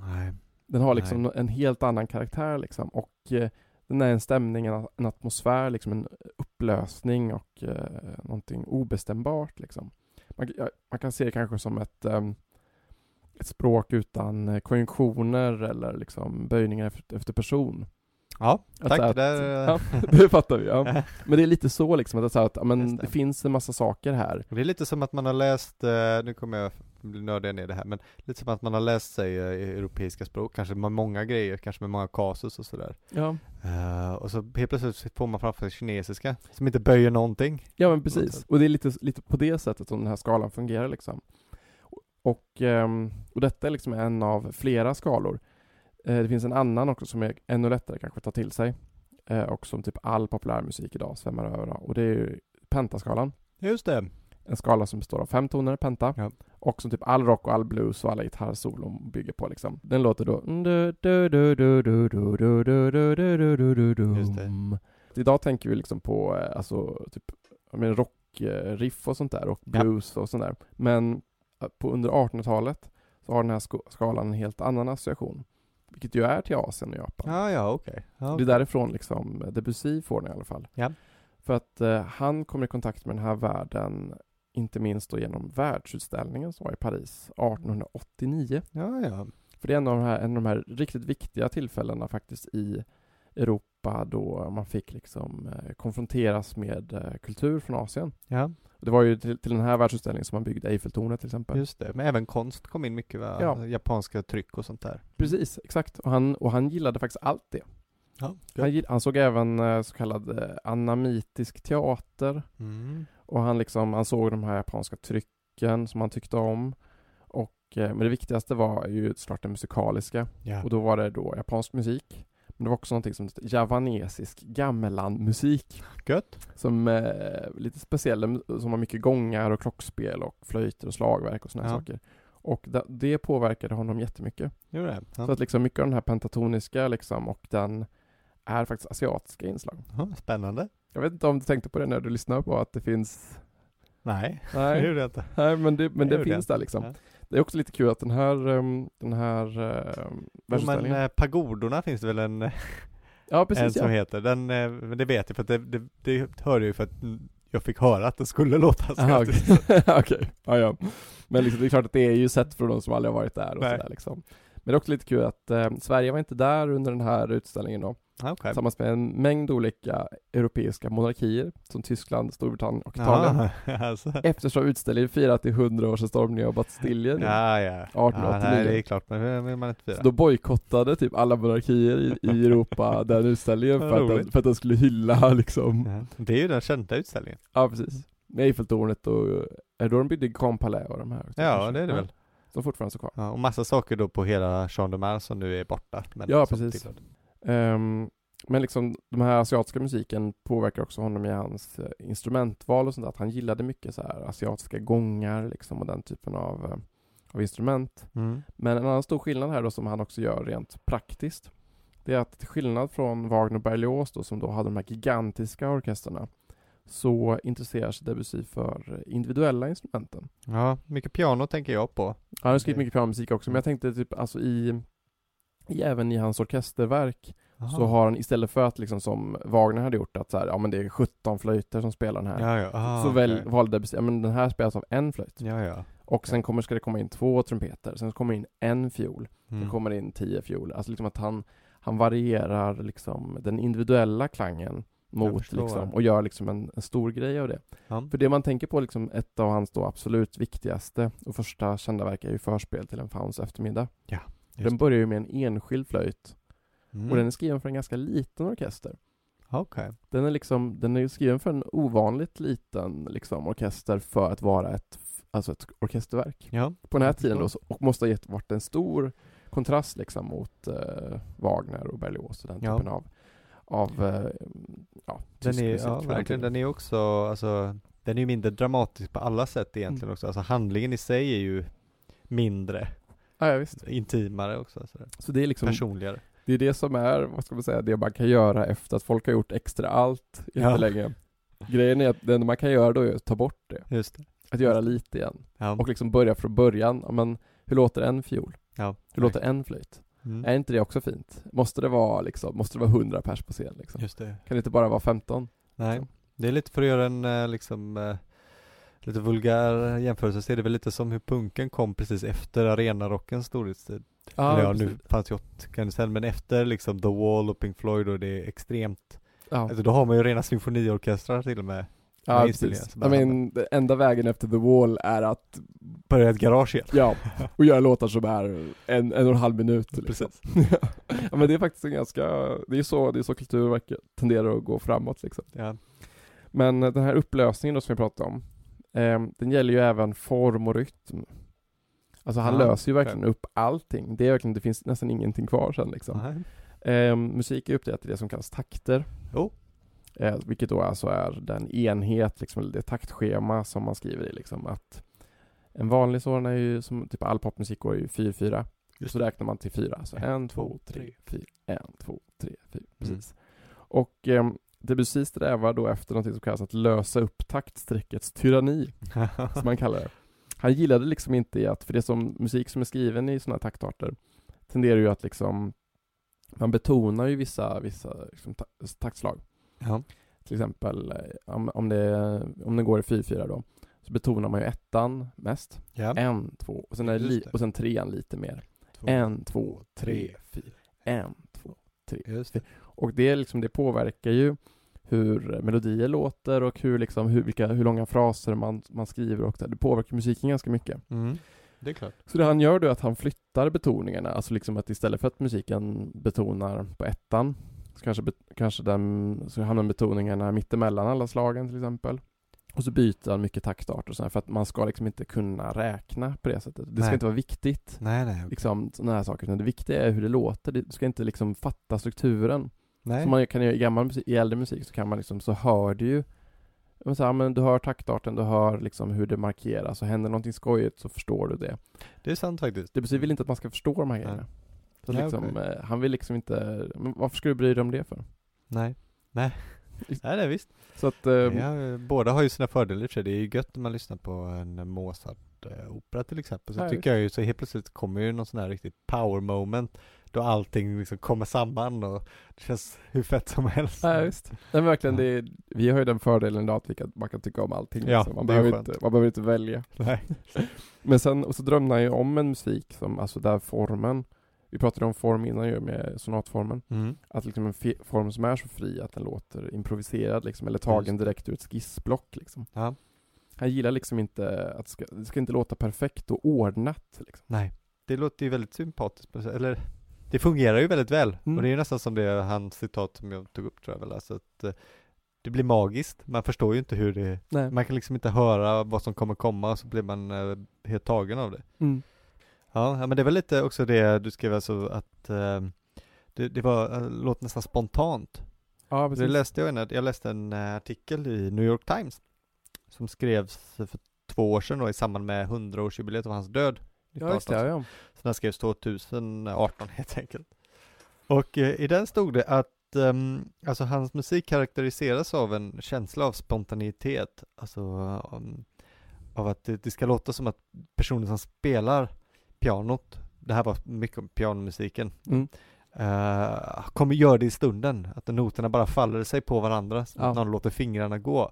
[SPEAKER 1] Nej.
[SPEAKER 2] Den har liksom en helt annan karaktär liksom. Och eh, den är en stämning, en, en atmosfär, liksom en upplösning och eh, någonting obestämbart liksom. Man, ja, man kan se det kanske som ett, ehm, ett språk utan eh, konjunktioner eller liksom böjningar efter, efter person.
[SPEAKER 1] Ja,
[SPEAKER 2] Att
[SPEAKER 1] tack.
[SPEAKER 2] så här-
[SPEAKER 1] det där, eh,
[SPEAKER 2] Ja, det fattar vi. Ja.
[SPEAKER 1] Ja.
[SPEAKER 2] Men det är lite så liksom, att, det är så här att ja, men
[SPEAKER 1] Just det.
[SPEAKER 2] det finns en massa saker här.
[SPEAKER 1] Och Det är lite som att man har läst, eh, nu kommer jag bli nördig ner i det här, men lite som att man har läst sig eh, i europeiska språk, kanske med många grejer, kanske med många kasus och sådär.
[SPEAKER 2] Ja,
[SPEAKER 1] Eh, och så helt plötsligt får man framför sig kinesiska, som inte böjer någonting.
[SPEAKER 2] ja men precis. Och det är lite, lite på det sättet som den här skalan fungerar liksom. Och, ehm, och detta är liksom en av flera skalor. Eh, Det finns en annan också som är ännu lättare kanske att ta till sig eh, och som typ all populärmusik idag svämmar över av. och det är ju pentaskalan.
[SPEAKER 1] Just det.
[SPEAKER 2] En skala som består av fem toner, penta,
[SPEAKER 1] Ja.
[SPEAKER 2] och som typ all rock och all blues och alla gitarrsolon bygger på liksom. Den låter då... Just
[SPEAKER 1] Just
[SPEAKER 2] Idag tänker vi liksom på eh, alltså typ jag menar, rockriff eh, och sånt där och
[SPEAKER 1] Ja.
[SPEAKER 2] blues och sånt där. Men eh, på under 1800-talet så har den här sko- skalan en helt annan association. Vilket ju är till Asien och Japan.
[SPEAKER 1] Ja, ja, okej. Ja,
[SPEAKER 2] Det är därifrån liksom Debussy får den i alla fall.
[SPEAKER 1] Ja.
[SPEAKER 2] För att eh, han kommer i kontakt med den här världen, inte minst då genom världsutställningen som var i Paris 1889.
[SPEAKER 1] ja, ja.
[SPEAKER 2] För det är en av de här, en av de här riktigt viktiga tillfällena faktiskt i, Europa då man fick liksom eh, konfronteras med eh, kultur från Asien.
[SPEAKER 1] Ja,
[SPEAKER 2] Det var ju till, till den här världsutställningen som man byggde Eiffeltornet till exempel.
[SPEAKER 1] just det. Men även konst kom in mycket, va?
[SPEAKER 2] Ja.
[SPEAKER 1] japanska tryck och sånt där.
[SPEAKER 2] Precis, exakt. Och han, och han gillade faktiskt allt det.
[SPEAKER 1] Ja,
[SPEAKER 2] Han, gill, han såg även eh, så kallad eh, anamitisk teater
[SPEAKER 1] mm.
[SPEAKER 2] och han, liksom, han såg de här japanska trycken som han tyckte om. Och, eh, men det viktigaste var ju såklart det musikaliska
[SPEAKER 1] ja.
[SPEAKER 2] och då var det då japansk musik. Men det var också någonting som hette javanesisk gamelan-musik
[SPEAKER 1] Gött.
[SPEAKER 2] som eh, lite speciell, som har mycket gångar och klockspel och flöjter och slagverk och sådana
[SPEAKER 1] Ja.
[SPEAKER 2] saker. Och det, det påverkade honom jättemycket.
[SPEAKER 1] Gjorde det?
[SPEAKER 2] Så
[SPEAKER 1] Ja.
[SPEAKER 2] att liksom mycket av den här pentatoniska liksom och den är faktiskt asiatiska inslag.
[SPEAKER 1] Ja, Spännande.
[SPEAKER 2] Jag vet inte om du tänkte på det när du lyssnade på att det finns
[SPEAKER 1] Nej, det
[SPEAKER 2] Nej,
[SPEAKER 1] gjorde jag inte.
[SPEAKER 2] nej men det, men
[SPEAKER 1] Det
[SPEAKER 2] det,
[SPEAKER 1] gjorde
[SPEAKER 2] finns där liksom.
[SPEAKER 1] Ja.
[SPEAKER 2] Det är också lite kul att den här, ehm, den här um,
[SPEAKER 1] Jo, men
[SPEAKER 2] världsutställningen.
[SPEAKER 1] eh, pagodorna finns det väl en, eh,
[SPEAKER 2] ja
[SPEAKER 1] en
[SPEAKER 2] precis
[SPEAKER 1] som
[SPEAKER 2] ja.
[SPEAKER 1] heter. Den, eh, men det vet jag för att det, det, det hörde jag ju för att mm, jag fick höra att det skulle låta så.
[SPEAKER 2] Aha, Okej, Okej. ja, ja. Men liksom, det är klart att det är ju sett från de som aldrig har varit där och
[SPEAKER 1] Nej.
[SPEAKER 2] sådär liksom. Men det är också lite kul att eh, Sverige var inte där under den här utställningen då.
[SPEAKER 1] Ja, Ah, okej.
[SPEAKER 2] Tillsammans med en mängd olika europeiska monarkier som Tyskland, Storbritannien och Italien.
[SPEAKER 1] Ja, alltså.
[SPEAKER 2] Eftersom utställningen firar till 100 år sedan stormningen av Bastiljen.
[SPEAKER 1] Ja, ja.
[SPEAKER 2] 1889.
[SPEAKER 1] Ja, nej, det är klart, men det vill man inte fira.
[SPEAKER 2] Så då bojkottade typ alla monarkier i, i Europa den utställningen
[SPEAKER 1] Vad
[SPEAKER 2] för att, den,
[SPEAKER 1] roligt.
[SPEAKER 2] för att den skulle hylla liksom.
[SPEAKER 1] Ja. Det är ju den kända utställningen.
[SPEAKER 2] Ja precis. Med Eiffeltornet och, är då de byggde Grand Palais och de här också,
[SPEAKER 1] Ja,
[SPEAKER 2] kanske?
[SPEAKER 1] det är det väl.
[SPEAKER 2] Som fortfarande står kvar.
[SPEAKER 1] Ja, och massa saker då på hela Jean de Mars som nu är borta. Men
[SPEAKER 2] Ja,
[SPEAKER 1] som
[SPEAKER 2] precis.
[SPEAKER 1] tillhörde.
[SPEAKER 2] Ehm, men liksom den här asiatiska musiken påverkar också honom i hans eh, instrumentval och sånt där. Att han gillade mycket så här asiatiska gångar liksom och den typen av, eh, av instrument.
[SPEAKER 1] Mm.
[SPEAKER 2] Men en annan stor skillnad här då som han också gör rent praktiskt. Det är att till skillnad från Wagner och Berlioz då som då hade de här gigantiska orkestrarna. Så intresserar sig Debussy för individuella instrumenten.
[SPEAKER 1] Ja, mycket piano tänker jag på.
[SPEAKER 2] Han har skrivit
[SPEAKER 1] Okej.
[SPEAKER 2] mycket pianomusik också men jag tänkte typ alltså i, i även i hans orkesterverk så
[SPEAKER 1] Aha.
[SPEAKER 2] har han istället för att liksom som Wagner hade gjort att så här, ja men det är 17 flöjter som spelar den här.
[SPEAKER 1] Ja, ja. Ah,
[SPEAKER 2] så väl,
[SPEAKER 1] okej.
[SPEAKER 2] valde Debussy, ja men den här spelas av en flöjt.
[SPEAKER 1] Ja, ja.
[SPEAKER 2] Och sen kommer, ska det komma in två trumpeter, sen kommer det in en fiol.
[SPEAKER 1] Mm.
[SPEAKER 2] Det kommer in tio fioler. Alltså liksom att han, han varierar liksom den individuella klangen mot
[SPEAKER 1] förstår.
[SPEAKER 2] liksom, och gör liksom en, en stor grej av det.
[SPEAKER 1] Ja.
[SPEAKER 2] För det man tänker på liksom ett av hans då absolut viktigaste och första kända verk är ju förspel till en fauns eftermiddag.
[SPEAKER 1] Ja, just
[SPEAKER 2] den börjar ju med en enskild flöjt
[SPEAKER 1] Mm.
[SPEAKER 2] och den är skriven för en ganska liten orkester.
[SPEAKER 1] Okej.
[SPEAKER 2] Den är liksom, den är ju skriven för en ovanligt liten liksom orkester för att vara ett, alltså ett orkesterverk
[SPEAKER 1] Ja.
[SPEAKER 2] på den här
[SPEAKER 1] Jag förstår.
[SPEAKER 2] tiden då, så- och måste ha gett, varit en stor kontrast liksom mot eh, Wagner och Berlioz och den
[SPEAKER 1] Ja.
[SPEAKER 2] typen av, av eh, ja,
[SPEAKER 1] Den
[SPEAKER 2] tysk
[SPEAKER 1] är,
[SPEAKER 2] musik
[SPEAKER 1] ja,
[SPEAKER 2] för den
[SPEAKER 1] verkligen.
[SPEAKER 2] tiden.
[SPEAKER 1] Den är ju också, alltså, den är ju mindre dramatisk på alla sätt egentligen
[SPEAKER 2] Mm.
[SPEAKER 1] också. Alltså handlingen i sig är ju mindre,
[SPEAKER 2] Ja, ja, visst.
[SPEAKER 1] intimare också. Så där.
[SPEAKER 2] Så det är liksom,
[SPEAKER 1] Personligare.
[SPEAKER 2] det är det som är, vad ska man säga, det man kan göra efter att folk har gjort extra allt
[SPEAKER 1] Ja.
[SPEAKER 2] jättelänge. Grejen är att det enda man kan göra då är att ta bort det,
[SPEAKER 1] Just det.
[SPEAKER 2] att göra
[SPEAKER 1] Mm.
[SPEAKER 2] lite igen
[SPEAKER 1] Ja.
[SPEAKER 2] och liksom börja från början. Ja, Men hur låter en fiol?
[SPEAKER 1] ja.
[SPEAKER 2] Hur låter en flöjt?
[SPEAKER 1] Mm.
[SPEAKER 2] Är inte det också fint? Måste det vara liksom, måste det vara 100 pers på scen liksom?
[SPEAKER 1] Just det.
[SPEAKER 2] Kan det inte bara vara 15?
[SPEAKER 1] Nej,
[SPEAKER 2] Så.
[SPEAKER 1] det är lite för att göra en eh, liksom eh, lite vulgär jämförelse så är det väl lite som hur punken kom precis efter arenarockens storhetstid. Eller ja,
[SPEAKER 2] precis.
[SPEAKER 1] nu fanns ju åtgärder sen, men efter liksom The Wall och Pink Floyd och det är extremt,
[SPEAKER 2] Ja.
[SPEAKER 1] alltså då har man ju rena symfoniorkestrar till och med.
[SPEAKER 2] Ja,
[SPEAKER 1] Med inställningar
[SPEAKER 2] precis.
[SPEAKER 1] som
[SPEAKER 2] I
[SPEAKER 1] bara
[SPEAKER 2] mean, den enda vägen efter The Wall är att,
[SPEAKER 1] Börjar ett garage igen.
[SPEAKER 2] ja, och göra låtar som är en, en och en halv minut. Liksom.
[SPEAKER 1] Precis.
[SPEAKER 2] ja, men det är faktiskt en ganska, det är så, det är så kultur verkar tenderar att gå framåt liksom.
[SPEAKER 1] Ja.
[SPEAKER 2] Men eh, den här upplösningen då som vi pratade om, eh, den gäller ju även form och rytm. Alltså han
[SPEAKER 1] Ah,
[SPEAKER 2] löser ju verkligen upp allting. Det är verkligen, det finns nästan ingenting kvar sen liksom.
[SPEAKER 1] Nej.
[SPEAKER 2] Eh, musik är uppdelat i det som kallas takter.
[SPEAKER 1] Jo.
[SPEAKER 2] Eh, vilket då alltså är den enhet, liksom, eller det taktschema som man skriver i. Liksom, att en vanlig sådan är ju, som typ all popmusik går ju 4-4.
[SPEAKER 1] Just
[SPEAKER 2] Så räknar man till fyra. Så
[SPEAKER 1] En,
[SPEAKER 2] en,
[SPEAKER 1] två,
[SPEAKER 2] två,
[SPEAKER 1] tre,
[SPEAKER 2] tre, fyra. En, två, tre, fyra. Precis. Och eh, Debussy strävar då efter något som kallas att lösa upp taktstreckets tyranni, som man kallar det. Han gillade liksom inte i att, för det som musik som är skriven i sådana här taktarter tenderar ju att liksom, man betonar ju vissa, vissa liksom, ta- taktslag.
[SPEAKER 1] ja.
[SPEAKER 2] Till exempel eh, om, om, det, om den går i 4-4 då, så betonar man ju ettan mest.
[SPEAKER 1] ja.
[SPEAKER 2] En, två, och sen, är det
[SPEAKER 1] Just
[SPEAKER 2] li-
[SPEAKER 1] det.
[SPEAKER 2] och sen trean lite mer.
[SPEAKER 1] Två.
[SPEAKER 2] En, två, tre,
[SPEAKER 1] tre,
[SPEAKER 2] fyra. En, två, tre.
[SPEAKER 1] Just det.
[SPEAKER 2] Och det, är liksom, det påverkar ju hur melodier låter och hur, liksom, hur, vilka, hur långa fraser man, man skriver och det, det påverkar musiken ganska mycket.
[SPEAKER 1] Mm. Det är klart.
[SPEAKER 2] Så det han gör då är att han flyttar betoningarna, alltså liksom att istället för att musiken betonar på ettan så kanske, bet- kanske den, så hamnar betoningarna mittemellan alla slagen till exempel. Och så byter han mycket taktarter och sådär för att man ska liksom inte kunna räkna på det sättet. Det ska
[SPEAKER 1] Nej.
[SPEAKER 2] inte vara viktigt,
[SPEAKER 1] Nej, nej.
[SPEAKER 2] liksom sådana här saker, utan det viktiga är hur det låter. Det- Du ska inte liksom fatta strukturen.
[SPEAKER 1] nej.
[SPEAKER 2] Som man kan göra i gammal musik, i äldre musik så kan man liksom, så hör du ju men så här, men du hör taktarten, du hör liksom hur det markeras och händer någonting skojigt så förstår du det.
[SPEAKER 1] Det är sant faktiskt.
[SPEAKER 2] Det betyder väl inte att man ska förstå de här grejerna. Så att
[SPEAKER 1] Mm. Nej,
[SPEAKER 2] liksom, eh, Han vill liksom inte, men varför ska du bry dig om det för?
[SPEAKER 1] Nej. Nej. nej, nej, visst.
[SPEAKER 2] Så att, ehm,
[SPEAKER 1] Ja, båda har ju sina fördelar i och för sig. Det är ju gött när man lyssnar på en Mozart-opera till exempel. Så
[SPEAKER 2] Ja,
[SPEAKER 1] tycker jag ju så helt plötsligt kommer ju någon sån här riktigt power moment då allting liksom kommer samman och det känns hur fett som helst.
[SPEAKER 2] ja, visst. Nej, men verkligen, det är, vi har ju den fördelen idag att vi kan, man kan tycka om allting.
[SPEAKER 1] Ja,
[SPEAKER 2] liksom. man,
[SPEAKER 1] det är
[SPEAKER 2] behöver
[SPEAKER 1] skönt.
[SPEAKER 2] inte, man behöver inte välja.
[SPEAKER 1] Nej.
[SPEAKER 2] Men sen, och så drömde han ju om en musik som, alltså där formen, vi pratade om form innan ju med sonatformen,
[SPEAKER 1] Mm.
[SPEAKER 2] att liksom en fi- form som är så fri att den låter improviserad liksom, eller tagen
[SPEAKER 1] Just det.
[SPEAKER 2] direkt ur ett skissblock liksom.
[SPEAKER 1] Ja.
[SPEAKER 2] Han gillar liksom inte att ska, det ska inte låta perfekt och ordnat liksom.
[SPEAKER 1] Nej, det låter ju väldigt sympatiskt, på- eller det fungerar ju väldigt väl.
[SPEAKER 2] Mm.
[SPEAKER 1] Och det är ju nästan som det hans citat som jag tog upp tror jag väl, alltså att eh, det blir magiskt, man förstår ju inte hur det,
[SPEAKER 2] Nej.
[SPEAKER 1] man kan liksom inte höra vad som kommer komma och så blir man eh, helt tagen av det.
[SPEAKER 2] Mm.
[SPEAKER 1] Ja, ja, men det var lite också det du skrev alltså att eh, det, det var, eh, låter nästan spontant.
[SPEAKER 2] Ja,
[SPEAKER 1] Det
[SPEAKER 2] precis.
[SPEAKER 1] läste jag, en- jag läste en eh, artikel i New York Times som skrevs för två år sedan då, i samband med 100-årsjubileet av hans död.
[SPEAKER 2] Ja, just
[SPEAKER 1] 1918.
[SPEAKER 2] det. Ja,
[SPEAKER 1] Så den skrevs 2018 helt enkelt. Och eh, i den stod det att ehm, alltså hans musik karaktäriseras av en känsla av spontanitet, alltså eh, om- av att det, det ska låta som att personen som spelar pianot, det här var mycket om pianomusiken,
[SPEAKER 2] ja. Mm.
[SPEAKER 1] eh, kommer göra det i stunden, att noterna bara faller sig på varandra, så
[SPEAKER 2] Ja.
[SPEAKER 1] att någon låter fingrarna gå.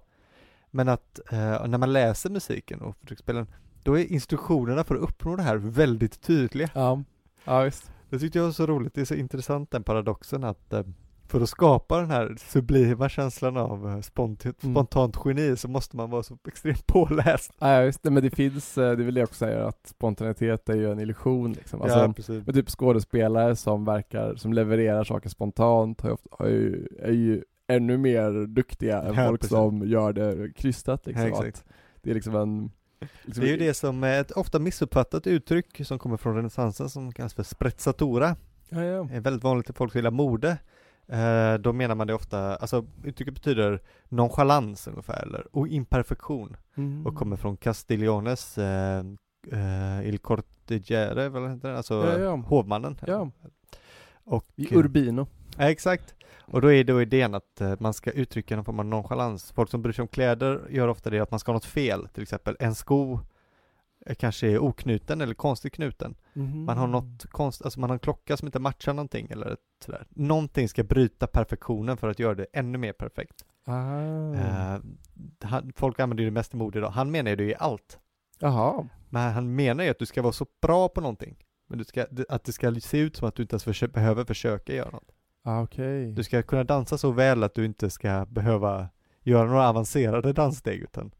[SPEAKER 1] Men att eh, när man läser musiken och försöker spela den, då är instruktionerna för att uppnå det här väldigt tydliga.
[SPEAKER 2] ja. ja visst.
[SPEAKER 1] Det tyckte jag var så roligt, det är så intressant den paradoxen att eh, för att skapa den här sublima känslan av eh, spontant,
[SPEAKER 2] Mm.
[SPEAKER 1] spontant geni så måste man vara så extremt påläst.
[SPEAKER 2] Ja, ja, visst. Nej, men det finns, eh, det vill jag också säga, att spontanitet är ju en illusion liksom. Alltså,
[SPEAKER 1] ja, precis.
[SPEAKER 2] men typ skådespelare som verkar, som levererar saker spontant har ju, ofta, har ju, är ju ännu mer duktiga än
[SPEAKER 1] Ja,
[SPEAKER 2] folk
[SPEAKER 1] precis.
[SPEAKER 2] som gör det krystat liksom.
[SPEAKER 1] Ja, exakt.
[SPEAKER 2] Att det är liksom en...
[SPEAKER 1] Det
[SPEAKER 2] Liksom,
[SPEAKER 1] är ju det som är ett ofta missuppfattat uttryck som kommer från renässansen som kallas för sprezzatura.
[SPEAKER 2] Ja, ja.
[SPEAKER 1] Det är väldigt vanligt att folk gillar mode. Eh, då menar man det ofta, alltså uttrycket betyder nonchalans ungefär, eller och imperfektion.
[SPEAKER 2] Mm.
[SPEAKER 1] Och kommer från Castigliones eh, eh, Il Cortigiere, vad heter den? Alltså
[SPEAKER 2] Ja, ja.
[SPEAKER 1] hovmannen.
[SPEAKER 2] Ja.
[SPEAKER 1] Och, eh,
[SPEAKER 2] I Urbino.
[SPEAKER 1] ja, exakt. Och då är då idén att eh, man ska uttrycka någon form av nonchalans. Folk som bryr sig om kläder gör ofta det att man ska ha något fel, till exempel en sko eh, kanske är oknuten eller konstigt knuten.
[SPEAKER 2] Mm.
[SPEAKER 1] Man har något konst, alltså man har en klocka som inte matchar någonting eller ett sådär. Någonting ska bryta perfektionen för att göra det ännu mer perfekt.
[SPEAKER 2] Ah.
[SPEAKER 1] Eh, han, folk använder ju det mest i mode idag. Han menar ju det i allt.
[SPEAKER 2] Jaha.
[SPEAKER 1] Men han menar ju att du ska vara så bra på någonting. Men du ska, att det ska se ut som att du inte ens försö- behöver försöka göra något.
[SPEAKER 2] Ah, Okej.
[SPEAKER 1] Du ska kunna dansa så väl att du inte ska behöva göra några avancerade danssteg utan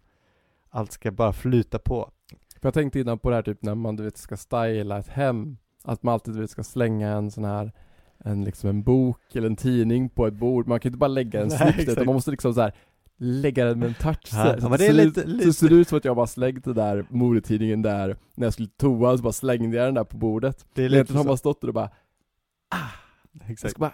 [SPEAKER 1] allt ska bara flyta på.
[SPEAKER 2] För jag tänkte innan på det här typ när man du vet ska styla ett hem. Att man alltid du vet ska slänga en sån här en, liksom en bok eller en tidning på ett bord. Man kan ju inte bara lägga den
[SPEAKER 1] Nej,
[SPEAKER 2] snyggt utan
[SPEAKER 1] exakt.
[SPEAKER 2] man måste liksom så här lägga den med en touch så
[SPEAKER 1] Ja,
[SPEAKER 2] här.
[SPEAKER 1] ja,
[SPEAKER 2] så
[SPEAKER 1] men
[SPEAKER 2] att
[SPEAKER 1] det är
[SPEAKER 2] ser
[SPEAKER 1] lite-
[SPEAKER 2] ut,
[SPEAKER 1] lite-
[SPEAKER 2] Så ser det ut som att jag bara slängt den där modetidningen där när jag skulle toa så bara slängde jag den där på bordet.
[SPEAKER 1] Det är lite
[SPEAKER 2] Egentligen har
[SPEAKER 1] så.
[SPEAKER 2] man stått där och bara jag
[SPEAKER 1] Exakt.
[SPEAKER 2] ska bara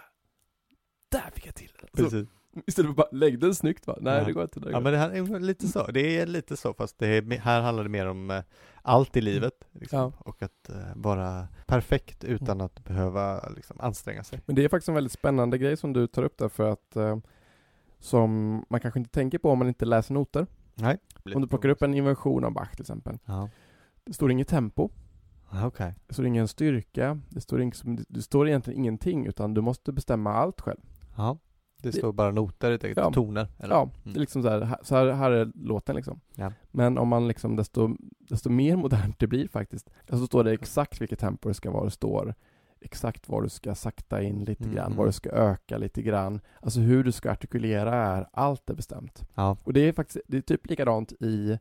[SPEAKER 2] Där fick jag till den! Så,
[SPEAKER 1] Precis.
[SPEAKER 2] istället för att bara lägg den snyggt va? Nej
[SPEAKER 1] Ja.
[SPEAKER 2] det går inte. Det går.
[SPEAKER 1] Ja men det här är lite så. Det är lite så fast det är, här handlar det mer om eh, allt i livet. Liksom.
[SPEAKER 2] Mm. Ja. Mm.
[SPEAKER 1] Och att eh, vara perfekt utan att behöva liksom, anstränga sig.
[SPEAKER 2] Men det är faktiskt en väldigt spännande grej som du tar upp där för att eh, som man kanske inte tänker på om man inte läser noter.
[SPEAKER 1] Nej.
[SPEAKER 2] Om du plockar upp en invention av Bach till exempel.
[SPEAKER 1] Ja.
[SPEAKER 2] Det står inget tempo,
[SPEAKER 1] Okej.
[SPEAKER 2] det står ingen styrka, det står, ing- det står egentligen ingenting utan du måste bestämma allt själv.
[SPEAKER 1] Ja, det,
[SPEAKER 2] Det-
[SPEAKER 1] står bara noter helt enkelt,
[SPEAKER 2] Ja.
[SPEAKER 1] toner. Eller?
[SPEAKER 2] Ja, det är
[SPEAKER 1] Mm.
[SPEAKER 2] liksom så här, här- så här, här är låten liksom.
[SPEAKER 1] Ja.
[SPEAKER 2] Men om man liksom, desto, desto mer modernt det blir faktiskt, så står det exakt vilket tempo det ska vara, det står exakt var du ska sakta in lite
[SPEAKER 1] Mm,
[SPEAKER 2] grann,
[SPEAKER 1] mm.
[SPEAKER 2] var du ska öka lite grann. Alltså hur du ska artikulera är, allt är bestämt.
[SPEAKER 1] Ja.
[SPEAKER 2] Och det är faktiskt, det är typ likadant i,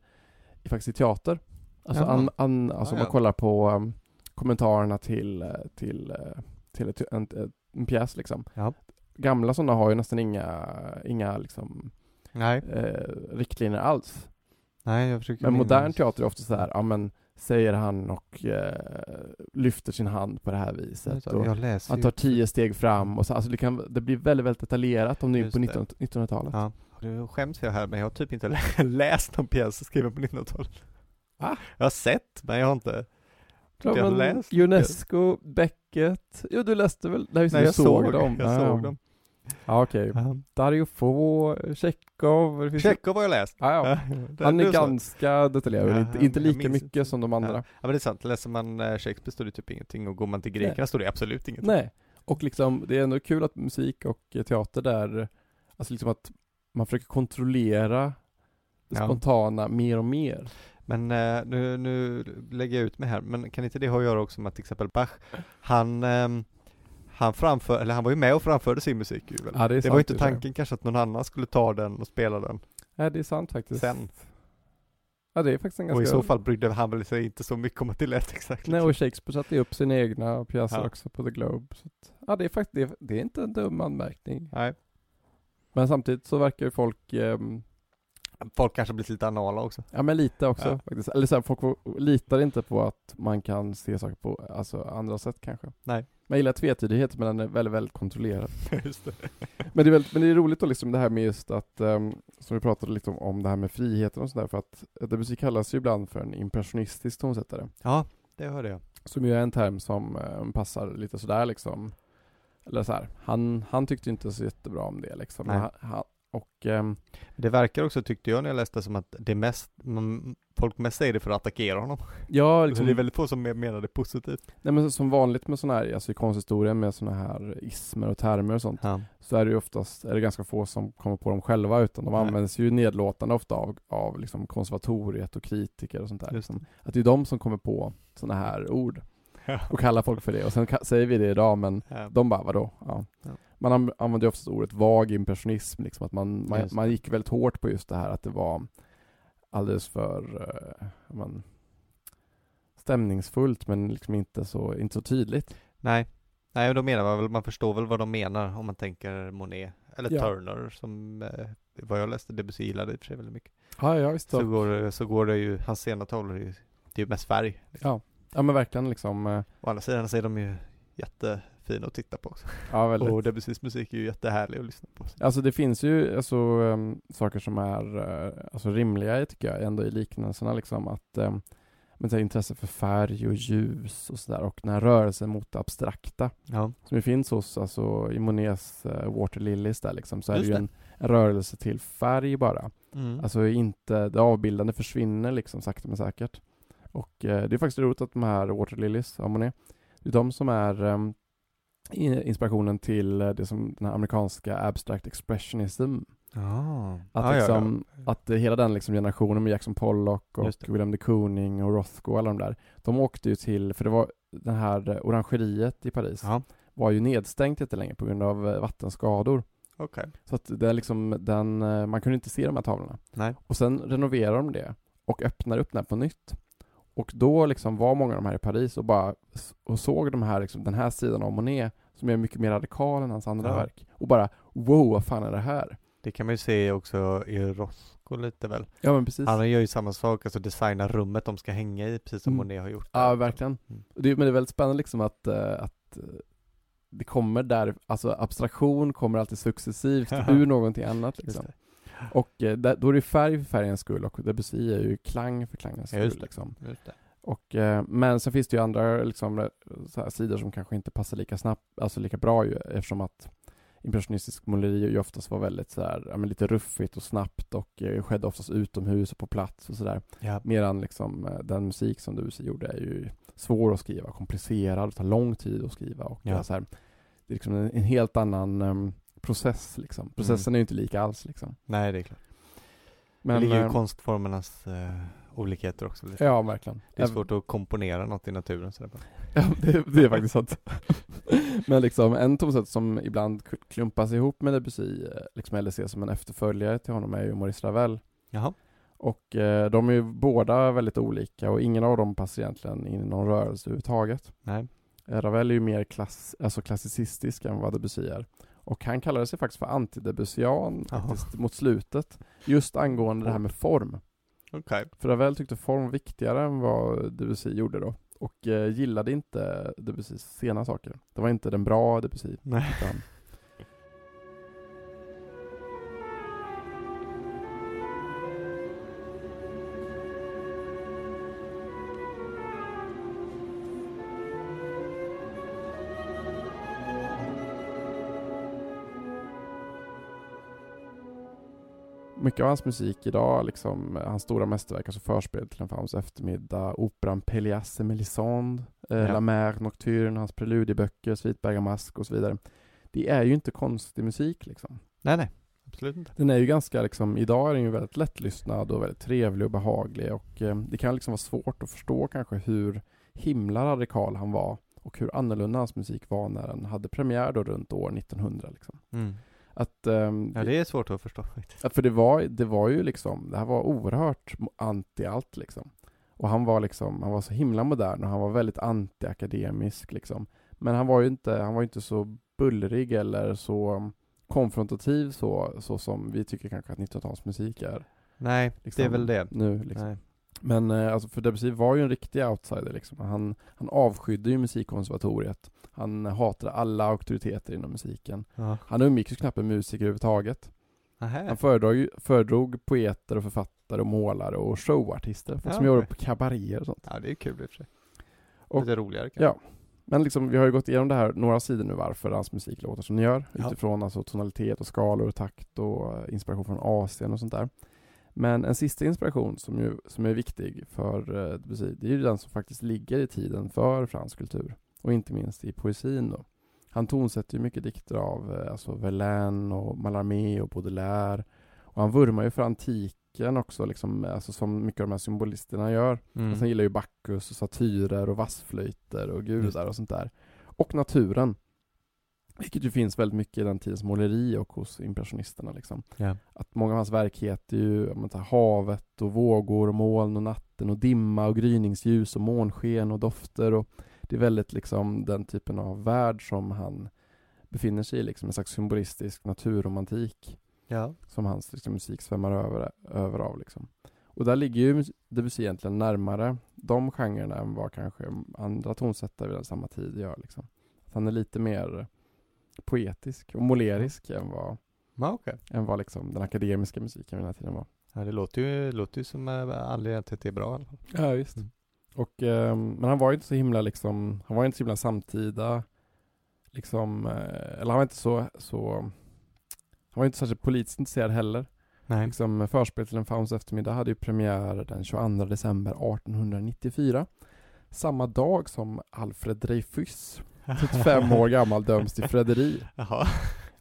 [SPEAKER 2] i faktiskt i teater. Alltså,
[SPEAKER 1] Jaha.
[SPEAKER 2] an, an, alltså om
[SPEAKER 1] Ja,
[SPEAKER 2] man
[SPEAKER 1] ja.
[SPEAKER 2] kollar på um, kommentarerna till, eh, till, eh, till ett, en, en, en pjäs liksom.
[SPEAKER 1] Ja.
[SPEAKER 2] Gamla sådana har ju nästan inga, inga liksom,
[SPEAKER 1] Nej,
[SPEAKER 2] eh, riktlinjer alls.
[SPEAKER 1] nej jag försöker
[SPEAKER 2] Men modern
[SPEAKER 1] minnas.
[SPEAKER 2] teater är ofta så här, ja men säger han och eh, lyfter sin hand på det här viset. Och
[SPEAKER 1] Jag läser
[SPEAKER 2] han
[SPEAKER 1] ju-
[SPEAKER 2] tar tio steg fram och så, alltså det, kan, det blir väldigt, väldigt detaljerat om du är
[SPEAKER 1] Just
[SPEAKER 2] på
[SPEAKER 1] det.
[SPEAKER 2] 19, 1900-talet.
[SPEAKER 1] Ja. Nu skäms jag här men jag har typ inte lä- läst någon pjäs skriven på 1900-talet.
[SPEAKER 2] Va?
[SPEAKER 1] Jag har sett men jag har inte
[SPEAKER 2] Klar,
[SPEAKER 1] Jag har
[SPEAKER 2] men
[SPEAKER 1] läst
[SPEAKER 2] Unesco, Beckett, jo du läste väl? Nej, just det,
[SPEAKER 1] Nej,
[SPEAKER 2] du
[SPEAKER 1] jag såg
[SPEAKER 2] dem.
[SPEAKER 1] Jag
[SPEAKER 2] ja.
[SPEAKER 1] såg dem.
[SPEAKER 2] Ja okej.
[SPEAKER 1] Um,
[SPEAKER 2] Dario Fo, Tjechov, det finns
[SPEAKER 1] Tjechov har jag läst.
[SPEAKER 2] Ja, ja.
[SPEAKER 1] Det-
[SPEAKER 2] Han
[SPEAKER 1] det
[SPEAKER 2] är
[SPEAKER 1] så.
[SPEAKER 2] ganska detaljerad,
[SPEAKER 1] Ja,
[SPEAKER 2] inte, inte
[SPEAKER 1] jag
[SPEAKER 2] lika
[SPEAKER 1] minns
[SPEAKER 2] mycket
[SPEAKER 1] inte.
[SPEAKER 2] som de andra.
[SPEAKER 1] Ja men det är sant, läser man eh, Shakespeare står det typ ingenting och går man till
[SPEAKER 2] Nej.
[SPEAKER 1] grekerna står det absolut ingenting.
[SPEAKER 2] Nej, och liksom det är ändå kul att musik och eh, teater där, alltså liksom att man försöker kontrollera det
[SPEAKER 1] Ja.
[SPEAKER 2] spontana mer och mer.
[SPEAKER 1] Men eh, nu, nu lägger jag ut mig här, men kan inte det ha att göra också med att till exempel Bach, han, ehm, han framför, eller han var ju med och framförde sin musik ju väl?
[SPEAKER 2] Ja, det är
[SPEAKER 1] det
[SPEAKER 2] sant
[SPEAKER 1] var ju
[SPEAKER 2] i
[SPEAKER 1] inte
[SPEAKER 2] och för sig.
[SPEAKER 1] tanken kanske att någon annan skulle ta den och spela den
[SPEAKER 2] Nej, det är sant faktiskt.
[SPEAKER 1] sen.
[SPEAKER 2] Ja, det är faktiskt en ganska...
[SPEAKER 1] Och i så fall brydde han väl sig inte så mycket om att det lät exakt
[SPEAKER 2] Nej,
[SPEAKER 1] likadant.
[SPEAKER 2] och Shakespeare satte ju upp sina egna pjäser
[SPEAKER 1] Ja.
[SPEAKER 2] också på The Globe. Så att, ja, det är faktiskt, det, är- det är inte en dum anmärkning.
[SPEAKER 1] Nej.
[SPEAKER 2] Men samtidigt så verkar ju folk, ehm,
[SPEAKER 1] Folk kanske blivit lite anala också.
[SPEAKER 2] ja men lite också
[SPEAKER 1] Ja.
[SPEAKER 2] faktiskt. Eller så här, folk får- litar inte på att man kan se saker på, alltså andra sätt kanske.
[SPEAKER 1] Nej.
[SPEAKER 2] Man gillar tvetydighet men den är väldigt, väldigt kontrollerad.
[SPEAKER 1] Just det.
[SPEAKER 2] Men det, är väldigt, men det är roligt då liksom det här med just att, ehm, som vi pratade lite om, om det här med friheten och sådär, för att eh, musik kallas ju ibland för en impressionistisk tonsättare.
[SPEAKER 1] Ja, det hörde jag.
[SPEAKER 2] Som ju är en term som eh, passar lite sådär liksom. Eller såhär, han, han tyckte inte så jättebra om det liksom.
[SPEAKER 1] Nej.
[SPEAKER 2] Han, han, och ehm,
[SPEAKER 1] Det verkar också, tyckte jag när jag läste, som att det mest, man, folk mest säger det för att attackera honom.
[SPEAKER 2] ja,
[SPEAKER 1] Så
[SPEAKER 2] liksom,
[SPEAKER 1] Alltså, det är väldigt få som menar det positivt.
[SPEAKER 2] nej, men som vanligt med sådana här, alltså i konsthistorien med sådana här ismer och termer och sånt,
[SPEAKER 1] Ja.
[SPEAKER 2] så är det ju oftast, är det ganska få som kommer på dem själva, utan de
[SPEAKER 1] Nej.
[SPEAKER 2] används ju nedlåtande ofta av, av liksom konservatoriet och kritiker och sånt där.
[SPEAKER 1] Just det.
[SPEAKER 2] Liksom. Att det är de som kommer på sådana här ord
[SPEAKER 1] Ja.
[SPEAKER 2] och kallar folk för det. Och sen ka- säger vi det idag, men De bara, vadå? Ja.
[SPEAKER 1] Ja.
[SPEAKER 2] Man an- använde ju oftast ordet vag impressionism, liksom att man, man,
[SPEAKER 1] Just det.
[SPEAKER 2] man gick väldigt hårt på just det här att det var alldeles för eh, man, stämningsfullt men liksom inte så, inte så tydligt.
[SPEAKER 1] Nej. Nej, och då menar man väl, man förstår väl vad de menar om man tänker Monet, eller
[SPEAKER 2] Ja.
[SPEAKER 1] Turner som, eh, vad jag läste, Debussy gillade i och för sig väldigt mycket.
[SPEAKER 2] Ja, ja visst.
[SPEAKER 1] Så går, det- så går det ju, hans sena tavlor är ju, det är ju mest färg. Liksom.
[SPEAKER 2] Ja men verkligen liksom, eh,
[SPEAKER 1] Å andra sidan så är de ju jättefina att titta på också.
[SPEAKER 2] ja väldigt.
[SPEAKER 1] Och Debussys musik är ju jättehärlig att lyssna på.
[SPEAKER 2] Alltså det finns ju alltså, ehm, saker som är eh, alltså, rimliga tycker jag ändå i liknelserna liksom att um, men, så här, intresse för färg och ljus och sådär och den här rörelsen mot det abstrakta.
[SPEAKER 1] Ja.
[SPEAKER 2] som ju finns hos, alltså i Monets eh, Water Lilies där liksom, så är det
[SPEAKER 1] Just
[SPEAKER 2] ju
[SPEAKER 1] det.
[SPEAKER 2] en, en rörelse till färg bara.
[SPEAKER 1] Mm.
[SPEAKER 2] Alltså inte, det avbildande försvinner liksom sakta men säkert. Och eh, det är faktiskt roligt att de här Water Lilies av Monet, det är de som är em, i- inspirationen till eh, det som den här amerikanska abstract expressionism.
[SPEAKER 1] Ah.
[SPEAKER 2] Att,
[SPEAKER 1] ja, ja,
[SPEAKER 2] liksom, att eh, hela den liksom generationen med Jackson Pollock och
[SPEAKER 1] Just det.
[SPEAKER 2] William de Kooning och Rothko och alla de där, de åkte ju till, för det var det här eh, orangeriet i Paris
[SPEAKER 1] ja. ja.
[SPEAKER 2] var ju nedstängt jättelänge på grund av eh, vattenskador.
[SPEAKER 1] okej.
[SPEAKER 2] Så att det är liksom den, eh, man kunde inte se de här tavlorna.
[SPEAKER 1] Nej.
[SPEAKER 2] Och sen renoverar de det och öppnar upp den här på nytt. Och då liksom var många av de här i Paris och bara s- och såg de här, liksom, den här sidan av Monet som är mycket mer radikal än hans andra
[SPEAKER 1] Ja.
[SPEAKER 2] verk. Och bara wow, vad fan är det här?
[SPEAKER 1] Det kan man ju se också i Roscoe lite väl.
[SPEAKER 2] Ja men precis.
[SPEAKER 1] Han gör ju samma sak, alltså designa rummet de ska hänga i, precis som
[SPEAKER 2] Mm.
[SPEAKER 1] Monet har gjort.
[SPEAKER 2] Ja, verkligen.
[SPEAKER 1] Mm.
[SPEAKER 2] Och Det, men det är väldigt spännande liksom att, eh, att eh, det kommer där, alltså abstraktion kommer alltid successivt ur någonting annat
[SPEAKER 1] Just
[SPEAKER 2] liksom.
[SPEAKER 1] det.
[SPEAKER 2] Och eh, där, då är det färg för färgens skull och Debussy är ju klang för klangens
[SPEAKER 1] Ja, just
[SPEAKER 2] skull.
[SPEAKER 1] det.
[SPEAKER 2] Liksom.
[SPEAKER 1] Just det.
[SPEAKER 2] Och, eh, men sen finns det ju andra liksom, eh, så här, sidor som kanske inte passar lika snabbt, alltså lika bra ju eftersom att impressionistisk måleri ju oftast var väldigt så här, ja, men lite ruffigt och snabbt och eh, skedde oftast utomhus och på plats och sådär.
[SPEAKER 1] Ja.
[SPEAKER 2] Medan liksom, eh, den musik som Debussy gjorde är ju svår att skriva, komplicerad, och tar lång tid att skriva och
[SPEAKER 1] Ja.
[SPEAKER 2] eh, så här, det är liksom en, en helt annan eh, process liksom.
[SPEAKER 1] Mm.
[SPEAKER 2] Processen är ju inte lika alls liksom.
[SPEAKER 1] Nej, det är klart.
[SPEAKER 2] Men,
[SPEAKER 1] det ligger ju i
[SPEAKER 2] eh,
[SPEAKER 1] konstformernas eh, olikheter också. Lite.
[SPEAKER 2] Ja, verkligen.
[SPEAKER 1] Det är
[SPEAKER 2] Även-
[SPEAKER 1] svårt att komponera något i naturen. Så det är bara...
[SPEAKER 2] Ja, det, det är faktiskt sant. Men liksom en tonsätt som ibland k- klumpas ihop med Debussy, eh, liksom, eller ses som en efterföljare till honom, är ju Maurice Ravel.
[SPEAKER 1] Jaha.
[SPEAKER 2] Och eh, de är ju båda väldigt olika och ingen av dem passar egentligen in i någon rörelse överhuvudtaget.
[SPEAKER 1] Nej.
[SPEAKER 2] Eh, Ravel är ju mer klass, alltså klassicistisk än vad Debussy är. Och han kallade sig faktiskt för antidebussyan
[SPEAKER 1] Jaha.
[SPEAKER 2] faktiskt, mot slutet, just angående det här med form.
[SPEAKER 1] Okej.
[SPEAKER 2] För Ravel tyckte form viktigare än vad Debussy gjorde då. Och eh, gillade inte Debussys sena saker. Det var inte den bra Debussy.
[SPEAKER 1] Nej.
[SPEAKER 2] Utan, mycket av hans musik idag, liksom eh, hans stora mästerverk, alltså förspel till en fauns eftermiddag, operan Pelléas et Mélisande, eh,
[SPEAKER 1] Ja.
[SPEAKER 2] La Mer Nocturne, hans preludieböcker, Svit Bergamask och så vidare. Det är ju inte konstig musik liksom.
[SPEAKER 1] Nej, nej. Absolut inte.
[SPEAKER 2] Den är ju ganska liksom, idag är den ju väldigt lättlyssnad och väldigt trevlig och behaglig och eh, det kan liksom vara svårt att förstå kanske hur himla radikal han var och hur annorlunda hans musik var när den hade premiär då runt år 1900 liksom. Att, ehm,
[SPEAKER 1] Mm. Ja, det är svårt att förstå faktiskt.
[SPEAKER 2] Ja, för det var, det var ju liksom, det här var oerhört mo- anti allt liksom. Och han var liksom, han var så himla modern och han var väldigt anti-akademisk liksom. Men han var ju inte, han var ju inte så bullrig eller så konfrontativ så, så som vi tycker kanske att 1900-talsmusik är.
[SPEAKER 1] Nej,
[SPEAKER 2] Liksom,
[SPEAKER 1] det är väl det.
[SPEAKER 2] Nu liksom.
[SPEAKER 1] Nej.
[SPEAKER 2] Men eh, alltså för Debussy var ju en riktig outsider liksom. Han, han avskydde ju musikkonservatoriet. Han hatade alla auktoriteter inom musiken.
[SPEAKER 1] Ja.
[SPEAKER 2] Han umgicks ju knappt med musiker överhuvudtaget.
[SPEAKER 1] Nähä.
[SPEAKER 2] Han föredrog, ju- föredrog poeter och författare och målare och showartister folk
[SPEAKER 1] Ja,
[SPEAKER 2] som jobbar
[SPEAKER 1] okej.
[SPEAKER 2] på kabaréer och sånt.
[SPEAKER 1] Ja, det är kul i och för sig.
[SPEAKER 2] Och-
[SPEAKER 1] Lite roligare kanske.
[SPEAKER 2] Ja. Men liksom, vi har ju gått igenom det här några sidor nu varför hans musik låter som den gör.
[SPEAKER 1] Ja.
[SPEAKER 2] Utifrån alltså tonalitet och skalor och takt och eh, inspiration från Asien och sånt där. Men en sista inspiration som, ju, som är viktig för eh, Debussy, det är ju den som faktiskt ligger i tiden för fransk kultur. Och inte minst i poesin då. Han tonsätter ju mycket dikter av eh, alltså Verlaine och Mallarmé och Baudelaire. Och han vurmar ju för antiken också, liksom, alltså som mycket av de här symbolisterna gör.
[SPEAKER 1] Mm.
[SPEAKER 2] Och sen alltså, gillar ju Bacchus och satyrer och vassflöjter och gudar och sånt där. Och naturen. Vilket ju finns väldigt mycket i den tidens måleri och hos impressionisterna liksom.
[SPEAKER 1] Ja.
[SPEAKER 2] Att många av hans verk heter ju ja, men så här, havet och vågor och moln och natten och dimma och gryningsljus och månsken och dofter och det är väldigt liksom den typen av värld som han befinner sig i liksom. En slags symbolistisk naturromantik
[SPEAKER 1] ja.
[SPEAKER 2] som hans liksom, musik svämmar över, över av. Liksom. Och där ligger ju mus- Debussy egentligen närmare de genrerna än vad kanske andra tonsättare vid den samma tid gör. Liksom. Att han är lite mer poetisk och målerisk än vad,
[SPEAKER 1] Ja, okej.
[SPEAKER 2] än vad liksom, den akademiska musiken vid den här tiden var.
[SPEAKER 1] Ja, det låter ju, låter ju som eh, anledningen till att det är bra i alla fall.
[SPEAKER 2] Ja, visst.
[SPEAKER 1] Mm.
[SPEAKER 2] Och, eh, men han var ju inte så himla liksom, han var ju inte så himla samtida, liksom, eh, eller han var inte så, så, han var ju inte särskilt politiskt intresserad heller.
[SPEAKER 1] Nej.
[SPEAKER 2] Liksom, förspel till en fauns eftermiddag hade ju premiär den 22 december 1894. Samma dag som Alfred Dreyfus, 35 år gammal, döms till förräderi.
[SPEAKER 1] Jaha.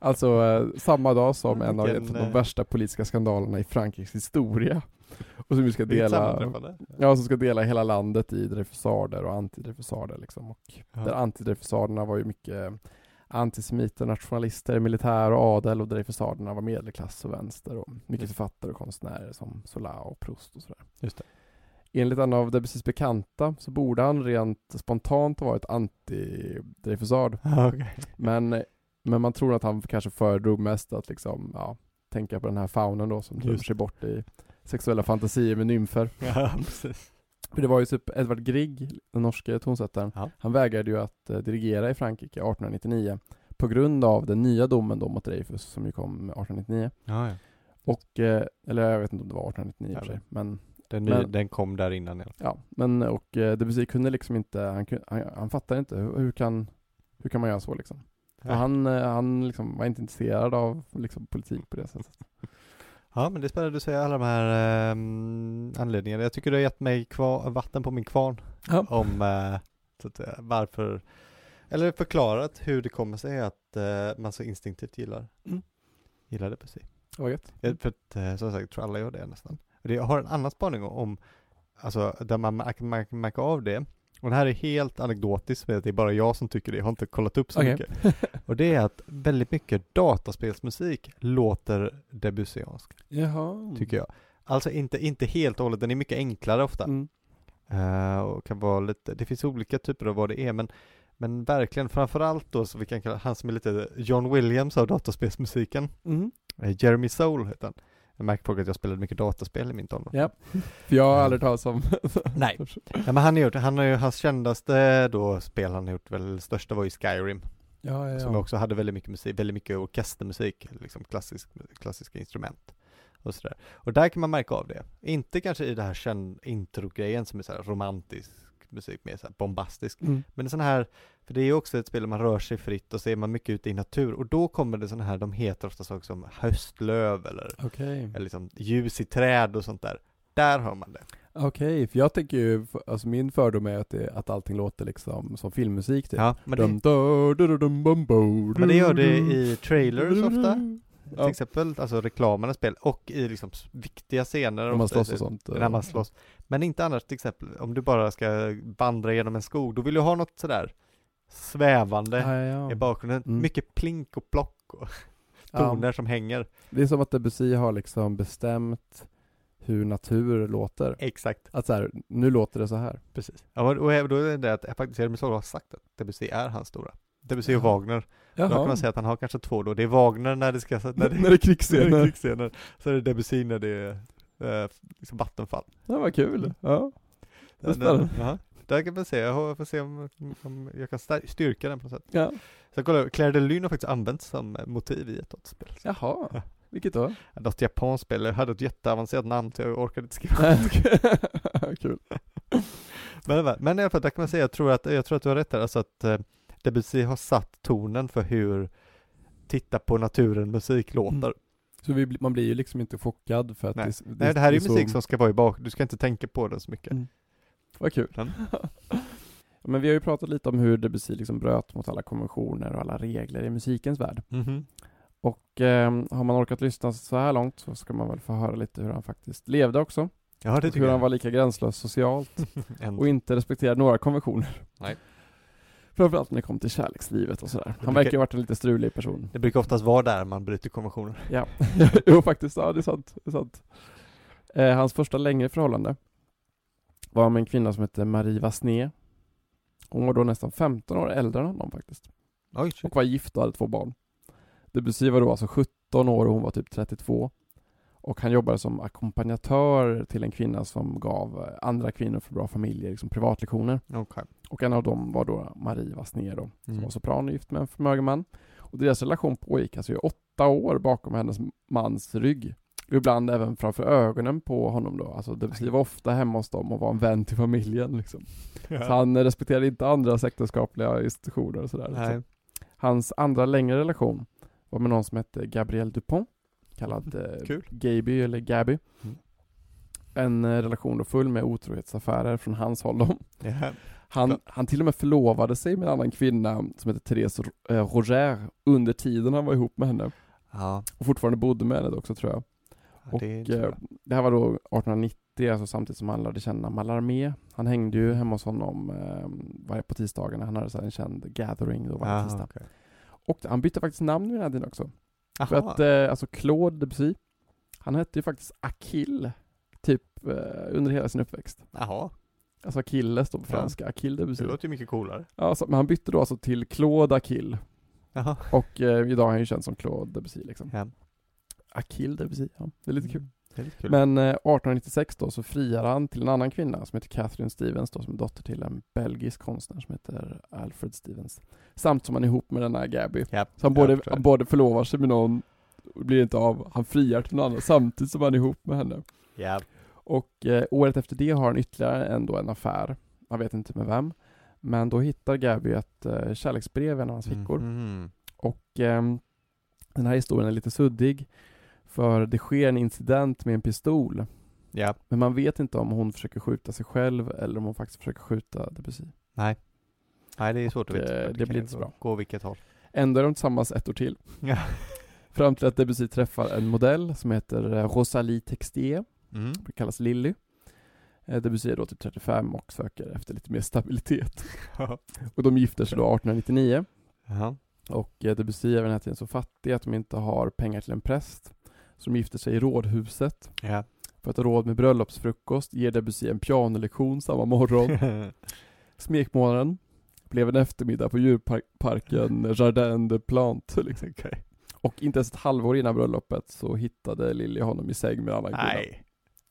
[SPEAKER 2] Alltså eh, samma dag som en av
[SPEAKER 1] Vilken,
[SPEAKER 2] de
[SPEAKER 1] eh,
[SPEAKER 2] värsta politiska skandalerna i Frankrikes historia. Och som vi ska
[SPEAKER 1] Vilket
[SPEAKER 2] dela,
[SPEAKER 1] sammanträffande.
[SPEAKER 2] ja, som ska dela hela landet i dreyfusader och antidreyfusader liksom. Och där antidreyfusaderna var ju mycket eh, antisemiter, nationalister, militär och adel och dreyfusaderna var medelklass och vänster och mycket
[SPEAKER 1] Just.
[SPEAKER 2] författare och konstnärer som Zola och Proust och sådär.
[SPEAKER 1] Just det.
[SPEAKER 2] Enligt en av Debussys bekanta så borde han rent spontant ha varit anti-dreyfusad
[SPEAKER 1] Ja, okej.
[SPEAKER 2] men, men man tror att han kanske föredrog mest att liksom, ja, tänka på den här faunen då som drömmer
[SPEAKER 1] Just.
[SPEAKER 2] sig bort i sexuella fantasier med nymfer.
[SPEAKER 1] Ja, precis.
[SPEAKER 2] För det var ju typ Edvard Grieg, den norske tonsättaren,
[SPEAKER 1] Ja.
[SPEAKER 2] han vägrade ju att eh, dirigera i Frankrike 1899 på grund av den nya domen då mot Dreyfus som ju kom 1899.
[SPEAKER 1] Ja, ja.
[SPEAKER 2] Och, eh, eller jag vet inte om det var 1899 i och för sig, men
[SPEAKER 1] Den, ny,
[SPEAKER 2] Men-
[SPEAKER 1] den kom där innan. Ja.
[SPEAKER 2] ja. Men och eh, Debussy kunde liksom inte, han, kun- han, han fattade inte hur, hur kan hur kan man göra så liksom? För
[SPEAKER 1] Ja.
[SPEAKER 2] han, eh, han liksom var inte intresserad av liksom, politik på det sättet.
[SPEAKER 1] ja, men det är spännande att säga alla de här ehm, anledningarna. Jag tycker du har gett mig kvar, vatten på min kvarn
[SPEAKER 2] Ja.
[SPEAKER 1] om eh, så att, säga, varför, eller förklarat hur det kommer sig att eh, man så instinktivt gillar,
[SPEAKER 2] Mm.
[SPEAKER 1] gillar det precis.
[SPEAKER 2] Det var gött.
[SPEAKER 1] eh, Ja, För att, eh, som sagt, tror alla gör det nästan. Och det- Jag har en annan spaning om alltså där man märker mär, märker av det. Och det här är helt anekdotiskt, men det är bara jag som tycker det, jag har inte kollat upp så
[SPEAKER 2] Okej.
[SPEAKER 1] mycket. Och det är att väldigt mycket dataspelsmusik låter debusyansk,
[SPEAKER 2] Jaha.
[SPEAKER 1] tycker jag. Alltså inte, inte helt och hållet, den är mycket enklare ofta.
[SPEAKER 2] Mm.
[SPEAKER 1] Eh, och kan vara lite, det finns olika typer av vad det är men, men verkligen framförallt då så vi kan kalla han som är lite John Williams av dataspelsmusiken,
[SPEAKER 2] Mm.
[SPEAKER 1] eh, Jeremy Soul heter han. Jag märker på att jag spelade mycket dataspel i min tonår.
[SPEAKER 2] Ja. För jag har
[SPEAKER 1] Ja.
[SPEAKER 2] aldrig talat om...
[SPEAKER 1] Nej. Ja, men han har gjort, han har ju, hans kändaste eh, då spel han har gjort, väl största var ju Skyrim,
[SPEAKER 2] ja, ja,
[SPEAKER 1] som
[SPEAKER 2] ja.
[SPEAKER 1] också hade väldigt mycket musik, väldigt mycket orkestermusik, liksom klassisk, klassiska instrument och sådär. Och där kan man märka av det. Inte kanske i det här känd intro-grejen som är så här romantisk musik, mer så här bombastisk.
[SPEAKER 2] Mm.
[SPEAKER 1] Men sån här, för det är ju också ett spel där man rör sig fritt och så är man mycket ute i natur och då kommer det sådana här, de heter ofta saker som höstlöv eller,
[SPEAKER 2] Okej.
[SPEAKER 1] eller liksom ljus i träd och sånt där. Där hör man det.
[SPEAKER 2] Okej, för jag tänker ju, alltså min fördom är att, det, att allting låter liksom som filmmusik typ.
[SPEAKER 1] Ja, men
[SPEAKER 2] Dum,
[SPEAKER 1] det,
[SPEAKER 2] da, da, da, dum, bum, bo,
[SPEAKER 1] men det gör det
[SPEAKER 2] du,
[SPEAKER 1] i trailers
[SPEAKER 2] du, du,
[SPEAKER 1] ofta,
[SPEAKER 2] du.
[SPEAKER 1] till
[SPEAKER 2] Ja.
[SPEAKER 1] exempel alltså reklamerna spel och i liksom s- viktiga scener.
[SPEAKER 2] När man
[SPEAKER 1] ofta,
[SPEAKER 2] slåss
[SPEAKER 1] så-
[SPEAKER 2] och sånt. eh.
[SPEAKER 1] När man slåss. Men inte annars till exempel om du bara ska vandra genom en skog, då vill du ha något sådär svävande
[SPEAKER 2] Ja, ja,
[SPEAKER 1] i
[SPEAKER 2] ja.
[SPEAKER 1] bakgrunden.
[SPEAKER 2] Mm.
[SPEAKER 1] Mycket plink och plock och toner som hänger.
[SPEAKER 2] Det är som att Debussy har liksom bestämt hur natur låter.
[SPEAKER 1] Exakt.
[SPEAKER 2] Att så här, nu låter det så här.
[SPEAKER 1] Precis. Ja, men- och då är det det att faktiskt Jeremy Sorrow har sagt att Debussy är hans stora. Debussy och
[SPEAKER 2] Jaha.
[SPEAKER 1] Wagner. Då kan man säga att han har kanske två då. Det är Wagner när det ska... När det,
[SPEAKER 2] när det är
[SPEAKER 1] när det är
[SPEAKER 2] krigsscener.
[SPEAKER 1] krigsscener. Så är det Debussy när det är eh, liksom vattenfall.
[SPEAKER 2] Ja, vad kul. Ja. Vad
[SPEAKER 1] Den- den-
[SPEAKER 2] spännande.
[SPEAKER 1] Jaha. Där kan man se, jag har- får se om, om jag kan sta- styrka den på något sätt.
[SPEAKER 2] ja.
[SPEAKER 1] Sen kollar jag, Claire de Lune har faktiskt använts som eh, motiv i ett något spel.
[SPEAKER 2] Jaha. Vilket då?
[SPEAKER 1] Något japanskt spel, jag hade ett jätteavancerat namn så jag orkade inte skriva.
[SPEAKER 2] Nej, okej. Kul.
[SPEAKER 1] Men, men, men i alla fall, där kan man säga, jag tror att, jag tror att du har rätt där, alltså att eh, Debussy har satt tonen för hur titta på naturen musik låter.
[SPEAKER 2] Mm. Så vi, bli- man blir ju liksom inte chockad för att
[SPEAKER 1] Nej.
[SPEAKER 2] det,
[SPEAKER 1] Nej, det här är ju
[SPEAKER 2] så-
[SPEAKER 1] musik som ska vara i bak, du ska inte tänka på den så mycket.
[SPEAKER 2] Mm. Vad kul.
[SPEAKER 1] Den.
[SPEAKER 2] Men vi har ju pratat lite om hur Debussy liksom bröt mot alla konventioner och alla regler i musikens värld.
[SPEAKER 1] mhm.
[SPEAKER 2] Och eh, har man orkat lyssna så här långt så ska man väl få höra lite hur han faktiskt levde också.
[SPEAKER 1] Ja, det
[SPEAKER 2] Och
[SPEAKER 1] tycker
[SPEAKER 2] hur han
[SPEAKER 1] jag.
[SPEAKER 2] var lika gränslös socialt
[SPEAKER 1] En-
[SPEAKER 2] och inte respekterade några konventioner.
[SPEAKER 1] Nej.
[SPEAKER 2] Framförallt när det kom till kärlekslivet och sådär. Han
[SPEAKER 1] brukar-
[SPEAKER 2] verkar ju ha varit en lite strulig person.
[SPEAKER 1] Det brukar oftast vara där man bryter konventioner.
[SPEAKER 2] Ja, jo faktiskt, ja det är sant. Det är sant. Eh, hans första längre förhållande var med en kvinna som hette Marie Vasné. Hon var då nästan 15 år äldre än honom faktiskt.
[SPEAKER 1] Oj, shit.
[SPEAKER 2] och var gift och hade två barn. Debussy var då alltså 17 år och hon var typ 32. Och han jobbade som ackompanjatör till en kvinna som gav eh, andra kvinnor från bra familjer liksom privatlektioner.
[SPEAKER 1] Okej.
[SPEAKER 2] Och en av dem var då Marie Vasné då, som
[SPEAKER 1] Mm.
[SPEAKER 2] var sopran och gift med en förmögen man. Och deras relation pågick alltså i åtta år bakom hennes mans rygg. Och Ibland även framför ögonen på honom då. Alltså Debussy var ofta hemma hos dem och var en vän till familjen liksom. Så han eh, respekterade inte andra äktenskapliga institutioner och sådär. liksom. Så
[SPEAKER 1] Nej.
[SPEAKER 2] Hans andra längre relation var med någon som hette Gabrielle Dupont, kallad eh,
[SPEAKER 1] Kul.
[SPEAKER 2] Gaby eller Gabby.
[SPEAKER 1] Mm.
[SPEAKER 2] En eh, relation då full med otrohetsaffärer från hans håll. Då.
[SPEAKER 1] Ja.
[SPEAKER 2] Han,
[SPEAKER 1] Klart.
[SPEAKER 2] han till och med förlovade sig med en annan kvinna som hette Therese Ro- eh, Roger under tiden han var ihop med henne.
[SPEAKER 1] Ja,
[SPEAKER 2] Och fortfarande bodde med henne också tror jag.
[SPEAKER 1] det är inte
[SPEAKER 2] Och,
[SPEAKER 1] så
[SPEAKER 2] eh,
[SPEAKER 1] bra.
[SPEAKER 2] det här var då 1890, alltså samtidigt som han lärde känna Mallarmé. Han hängde ju hemma hos honom eh, varje på tisdagarna. Han hade så här en känd gathering då varje
[SPEAKER 1] Ah,
[SPEAKER 2] tisdag.
[SPEAKER 1] okej.
[SPEAKER 2] Och han bytte faktiskt namn vid den här tiden också. För
[SPEAKER 1] Aha.
[SPEAKER 2] att, eh, alltså Claude Debussy, han hette ju faktiskt Akil, typ eh, under hela sin uppväxt.
[SPEAKER 1] Jaha,
[SPEAKER 2] Alltså Achilles då på
[SPEAKER 1] Ja.
[SPEAKER 2] franska, Akil Debussy.
[SPEAKER 1] det låter ju mycket coolare.
[SPEAKER 2] Ja, så, men han bytte då alltså till Claude Akil,
[SPEAKER 1] Jaha.
[SPEAKER 2] och eh, idag är han ju känd som Claude Debussy liksom.
[SPEAKER 1] Ja.
[SPEAKER 2] Akil Debussy, ja, det är lite kul.
[SPEAKER 1] Det är lite kul.
[SPEAKER 2] Men eh, 1896 då så friar han till en annan kvinna som heter Catherine Stevens då, som är dotter till en belgisk konstnär som heter Alfred Stevens. Samt som han är ihop med den här Gabby.
[SPEAKER 1] Ja,
[SPEAKER 2] Så
[SPEAKER 1] jag
[SPEAKER 2] han både,
[SPEAKER 1] förstår.
[SPEAKER 2] han både förlovar sig med någon, och blir inte av, han friar till någon annan samtidigt som han är ihop med henne.
[SPEAKER 1] Ja.
[SPEAKER 2] Och eh, året efter det har han ytterligare en, då, en affär, man vet inte med vem. Men då hittar Gabby ett eh, kärleksbrev i en av hans fickor.
[SPEAKER 1] Mhm.
[SPEAKER 2] Och ehm, den här historien är lite suddig, för det sker en incident med en pistol.
[SPEAKER 1] Ja,
[SPEAKER 2] Men man vet inte om hon försöker skjuta sig själv eller om hon faktiskt försöker skjuta Debussy.
[SPEAKER 1] nej det är svårt att
[SPEAKER 2] Och,
[SPEAKER 1] veta.
[SPEAKER 2] eh, det
[SPEAKER 1] kan
[SPEAKER 2] blir
[SPEAKER 1] ju
[SPEAKER 2] inte så
[SPEAKER 1] gå-
[SPEAKER 2] bra.
[SPEAKER 1] Gå vilket håll.
[SPEAKER 2] Ändå är de tillsammans ett år till.
[SPEAKER 1] Ja.
[SPEAKER 2] Fram till att Debussy träffar en modell som heter eh, Rosalie Textier,
[SPEAKER 1] Mm.
[SPEAKER 2] kallas Lilly. Eh, Eh, Debussy är då typ 35 och söker efter lite mer stabilitet. Och de gifter sig då 1899
[SPEAKER 1] Jaha.
[SPEAKER 2] och eh, Debussy är vid den här tiden så fattig att de inte har pengar till en präst. Så de gifter sig i rådhuset.
[SPEAKER 1] Ja.
[SPEAKER 2] För att ha råd med bröllopsfrukost ger Debussy en pianolektion samma morgon. Smekmånaden blev en eftermiddag på djurparken Jardin de Plante. Liksom.
[SPEAKER 1] Okej.
[SPEAKER 2] Och inte ens ett halvår innan bröllopet så hittade Lilly honom i säng med en annan kvinna.
[SPEAKER 1] Nej.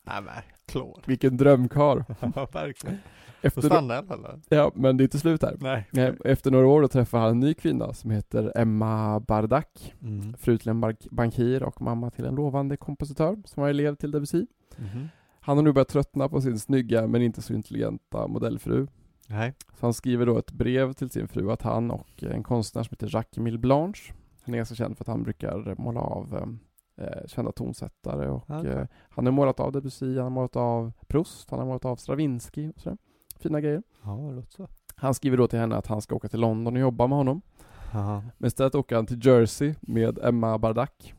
[SPEAKER 1] Nej men, klor.
[SPEAKER 2] Vilken drömkar.
[SPEAKER 1] Ja, verkligen. Då
[SPEAKER 2] Efter no-
[SPEAKER 1] stannar han eller?
[SPEAKER 2] ja, men det är inte slut här.
[SPEAKER 1] Nej.
[SPEAKER 2] Nej, Efter några år då träffar han en ny kvinna som heter Emma Bardak,
[SPEAKER 1] Mm.
[SPEAKER 2] fru till en bank- bankir och mamma till en lovande kompositör som var elev till Debussy.
[SPEAKER 1] Mhm.
[SPEAKER 2] Han har nu börjat tröttna på sin snygga men inte så intelligenta modellfru.
[SPEAKER 1] Nej.
[SPEAKER 2] Så han skriver då ett brev till sin fru att han och en konstnär som heter Jacques-Emile Blanche, han är ganska känd för att han brukar måla av eh, kända tonsättare och
[SPEAKER 1] Okej.
[SPEAKER 2] eh, han har målat av Debussy, han har målat av Proust, han har målat av Stravinsky och sådär. Fina grejer.
[SPEAKER 1] Ja, det låter så.
[SPEAKER 2] Han skriver då till henne att han ska åka till London och jobba med honom.
[SPEAKER 1] Ja.
[SPEAKER 2] Men istället åker han till Jersey med Emma Bardack.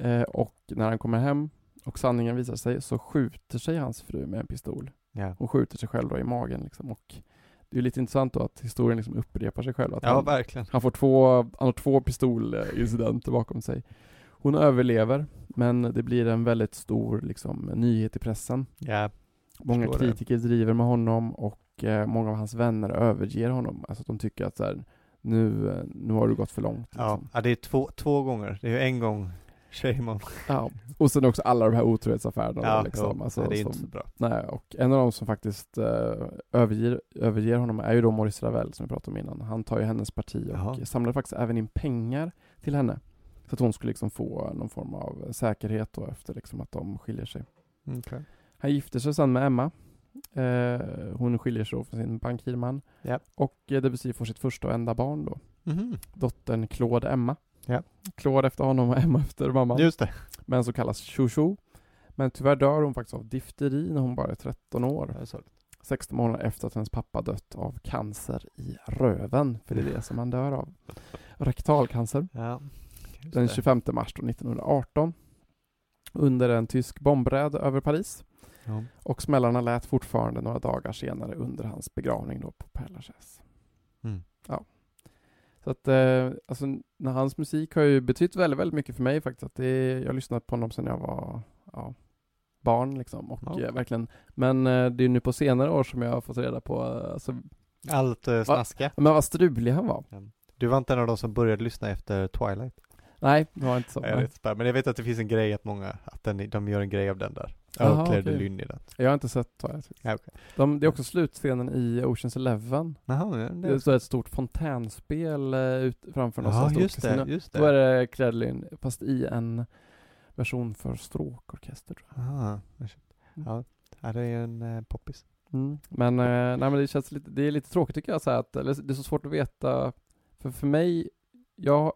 [SPEAKER 2] Eh, och när han kommer hem och sanningen visar sig så skjuter sig hans fru med en pistol.
[SPEAKER 1] Ja,
[SPEAKER 2] Hon skjuter sig själv då i magen liksom och det är ju lite intressant då att historien liksom upprepar sig själv. Att
[SPEAKER 1] ja
[SPEAKER 2] han,
[SPEAKER 1] verkligen.
[SPEAKER 2] han, får två, han har två pistolincidenter bakom sig. Hon överlever, men det blir en väldigt stor liksom, nyhet i pressen.
[SPEAKER 1] Ja.
[SPEAKER 2] Många
[SPEAKER 1] Förstår det.
[SPEAKER 2] kritiker driver med honom och eh, många av hans vänner överger honom. Alltså att de tycker att så här, nu, eh, nu har du gått för långt.
[SPEAKER 1] Ja.
[SPEAKER 2] Liksom.
[SPEAKER 1] ja, det är två, två gånger. Det är ju en gång shame on.
[SPEAKER 2] Ja. Och sen också alla de här otrohetsaffärerna.
[SPEAKER 1] Ja,
[SPEAKER 2] liksom,
[SPEAKER 1] jo.
[SPEAKER 2] alltså,
[SPEAKER 1] Nej, det är
[SPEAKER 2] som,
[SPEAKER 1] inte så bra.
[SPEAKER 2] Nej, och en av dem som faktiskt eh, överger, överger honom är ju då Maurice Ravel som vi pratade om innan. Han tar ju hennes parti och
[SPEAKER 1] Jaha.
[SPEAKER 2] samlar faktiskt även in pengar till henne. Så att hon skulle liksom få någon form av säkerhet då efter liksom att de skiljer sig.
[SPEAKER 1] Okej.
[SPEAKER 2] Han gifter sig sen med Emma. Eh, hon skiljer sig då från sin bankirman.
[SPEAKER 1] Ja.
[SPEAKER 2] Och eh, Debussy får sitt första och enda barn då.
[SPEAKER 1] Mhm.
[SPEAKER 2] Dottern Claude Emma.
[SPEAKER 1] Ja.
[SPEAKER 2] Claude efter honom och Emma efter mamman
[SPEAKER 1] Just det.
[SPEAKER 2] men som kallas Shushu. Men tyvärr dör hon faktiskt av difteri när hon bara är 13 år.
[SPEAKER 1] Jag sa det.
[SPEAKER 2] 16 månader efter att hennes pappa dött av cancer i röven, för det är det som han dör av. Rektalcancer.
[SPEAKER 1] Ja. Just
[SPEAKER 2] Den
[SPEAKER 1] det.
[SPEAKER 2] 25 mars då 1918 under en tysk bombräd över Paris.
[SPEAKER 1] Ja.
[SPEAKER 2] Och smällarna lät fortfarande några dagar senare under hans begravning då på Père Lachaise.
[SPEAKER 1] Mm.
[SPEAKER 2] Ja. Så att, eh, alltså, när hans musik har ju betytt väldigt, väldigt mycket för mig faktiskt. Att det, är- jag har lyssnat på honom sedan jag var ja, barn liksom. Och
[SPEAKER 1] Ja.
[SPEAKER 2] eh, verkligen, men eh, det är nu på senare år som jag har fått reda på, eh, alltså,
[SPEAKER 1] Allt eh, snaska.
[SPEAKER 2] men vad strulig han var.
[SPEAKER 1] Du var inte en av de som började lyssna efter Twilight?
[SPEAKER 2] Nej, det var inte så.
[SPEAKER 1] Nej, jag vet inte. men jag vet att det finns en grej att många, att den, de gör en grej av den där.
[SPEAKER 2] Jaha,
[SPEAKER 1] Överklär okay.
[SPEAKER 2] okej.
[SPEAKER 1] lynn i den.
[SPEAKER 2] Jag har inte sett Twilight.
[SPEAKER 1] Ja, okej.
[SPEAKER 2] De, det är också slutscenen i Oceans Eleven.
[SPEAKER 1] Jaha, ja, det
[SPEAKER 2] Det är så ett stort fontänspel eh, ut, framför
[SPEAKER 1] Ja,
[SPEAKER 2] någonstans stort
[SPEAKER 1] just
[SPEAKER 2] kasino.
[SPEAKER 1] det, just
[SPEAKER 2] Då
[SPEAKER 1] det.
[SPEAKER 2] är det Kredlin, fast i en version för stråkorkester tror jag.
[SPEAKER 1] Aha, vad shit.
[SPEAKER 2] Mm.
[SPEAKER 1] ja, ja, det är en eh, poppis.
[SPEAKER 2] Men, eh, nej, men det känns lite, det är lite tråkigt tycker jag så här att, eller det är så svårt att veta, för för mig, jag,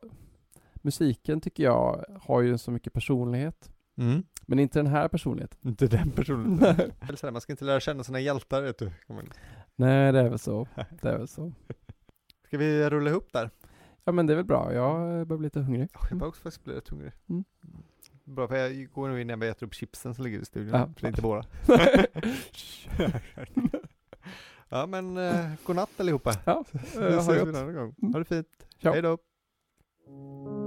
[SPEAKER 2] musiken tycker jag har ju så mycket personlighet,
[SPEAKER 1] Mm.
[SPEAKER 2] men inte den här personligheten.
[SPEAKER 1] Inte den personen.
[SPEAKER 2] Nej.
[SPEAKER 1] Eller sådär, Man ska inte lära känna sina hjältar, vet du. Kom igen.
[SPEAKER 2] nej, det är väl så. Det är väl så.
[SPEAKER 1] Ska vi rulla ihop där?
[SPEAKER 2] Ja men det är väl bra, jag eh, börjar bli lite hungrig.
[SPEAKER 1] Ja, Jag börjar också faktiskt bli rätt hungrig.
[SPEAKER 2] Mm.
[SPEAKER 1] Bra, för jag går nu in när jag äter upp chipsen som ligger i studion,
[SPEAKER 2] Ja.
[SPEAKER 1] för det är inte våra. ja men, eh, godnatt allihopa.
[SPEAKER 2] ja,
[SPEAKER 1] Vi
[SPEAKER 2] eh, ha
[SPEAKER 1] ses
[SPEAKER 2] det
[SPEAKER 1] vi en
[SPEAKER 2] gott.
[SPEAKER 1] annan gång.
[SPEAKER 2] Mm.
[SPEAKER 1] Ha det fint.
[SPEAKER 2] Ciao.
[SPEAKER 1] Hej då.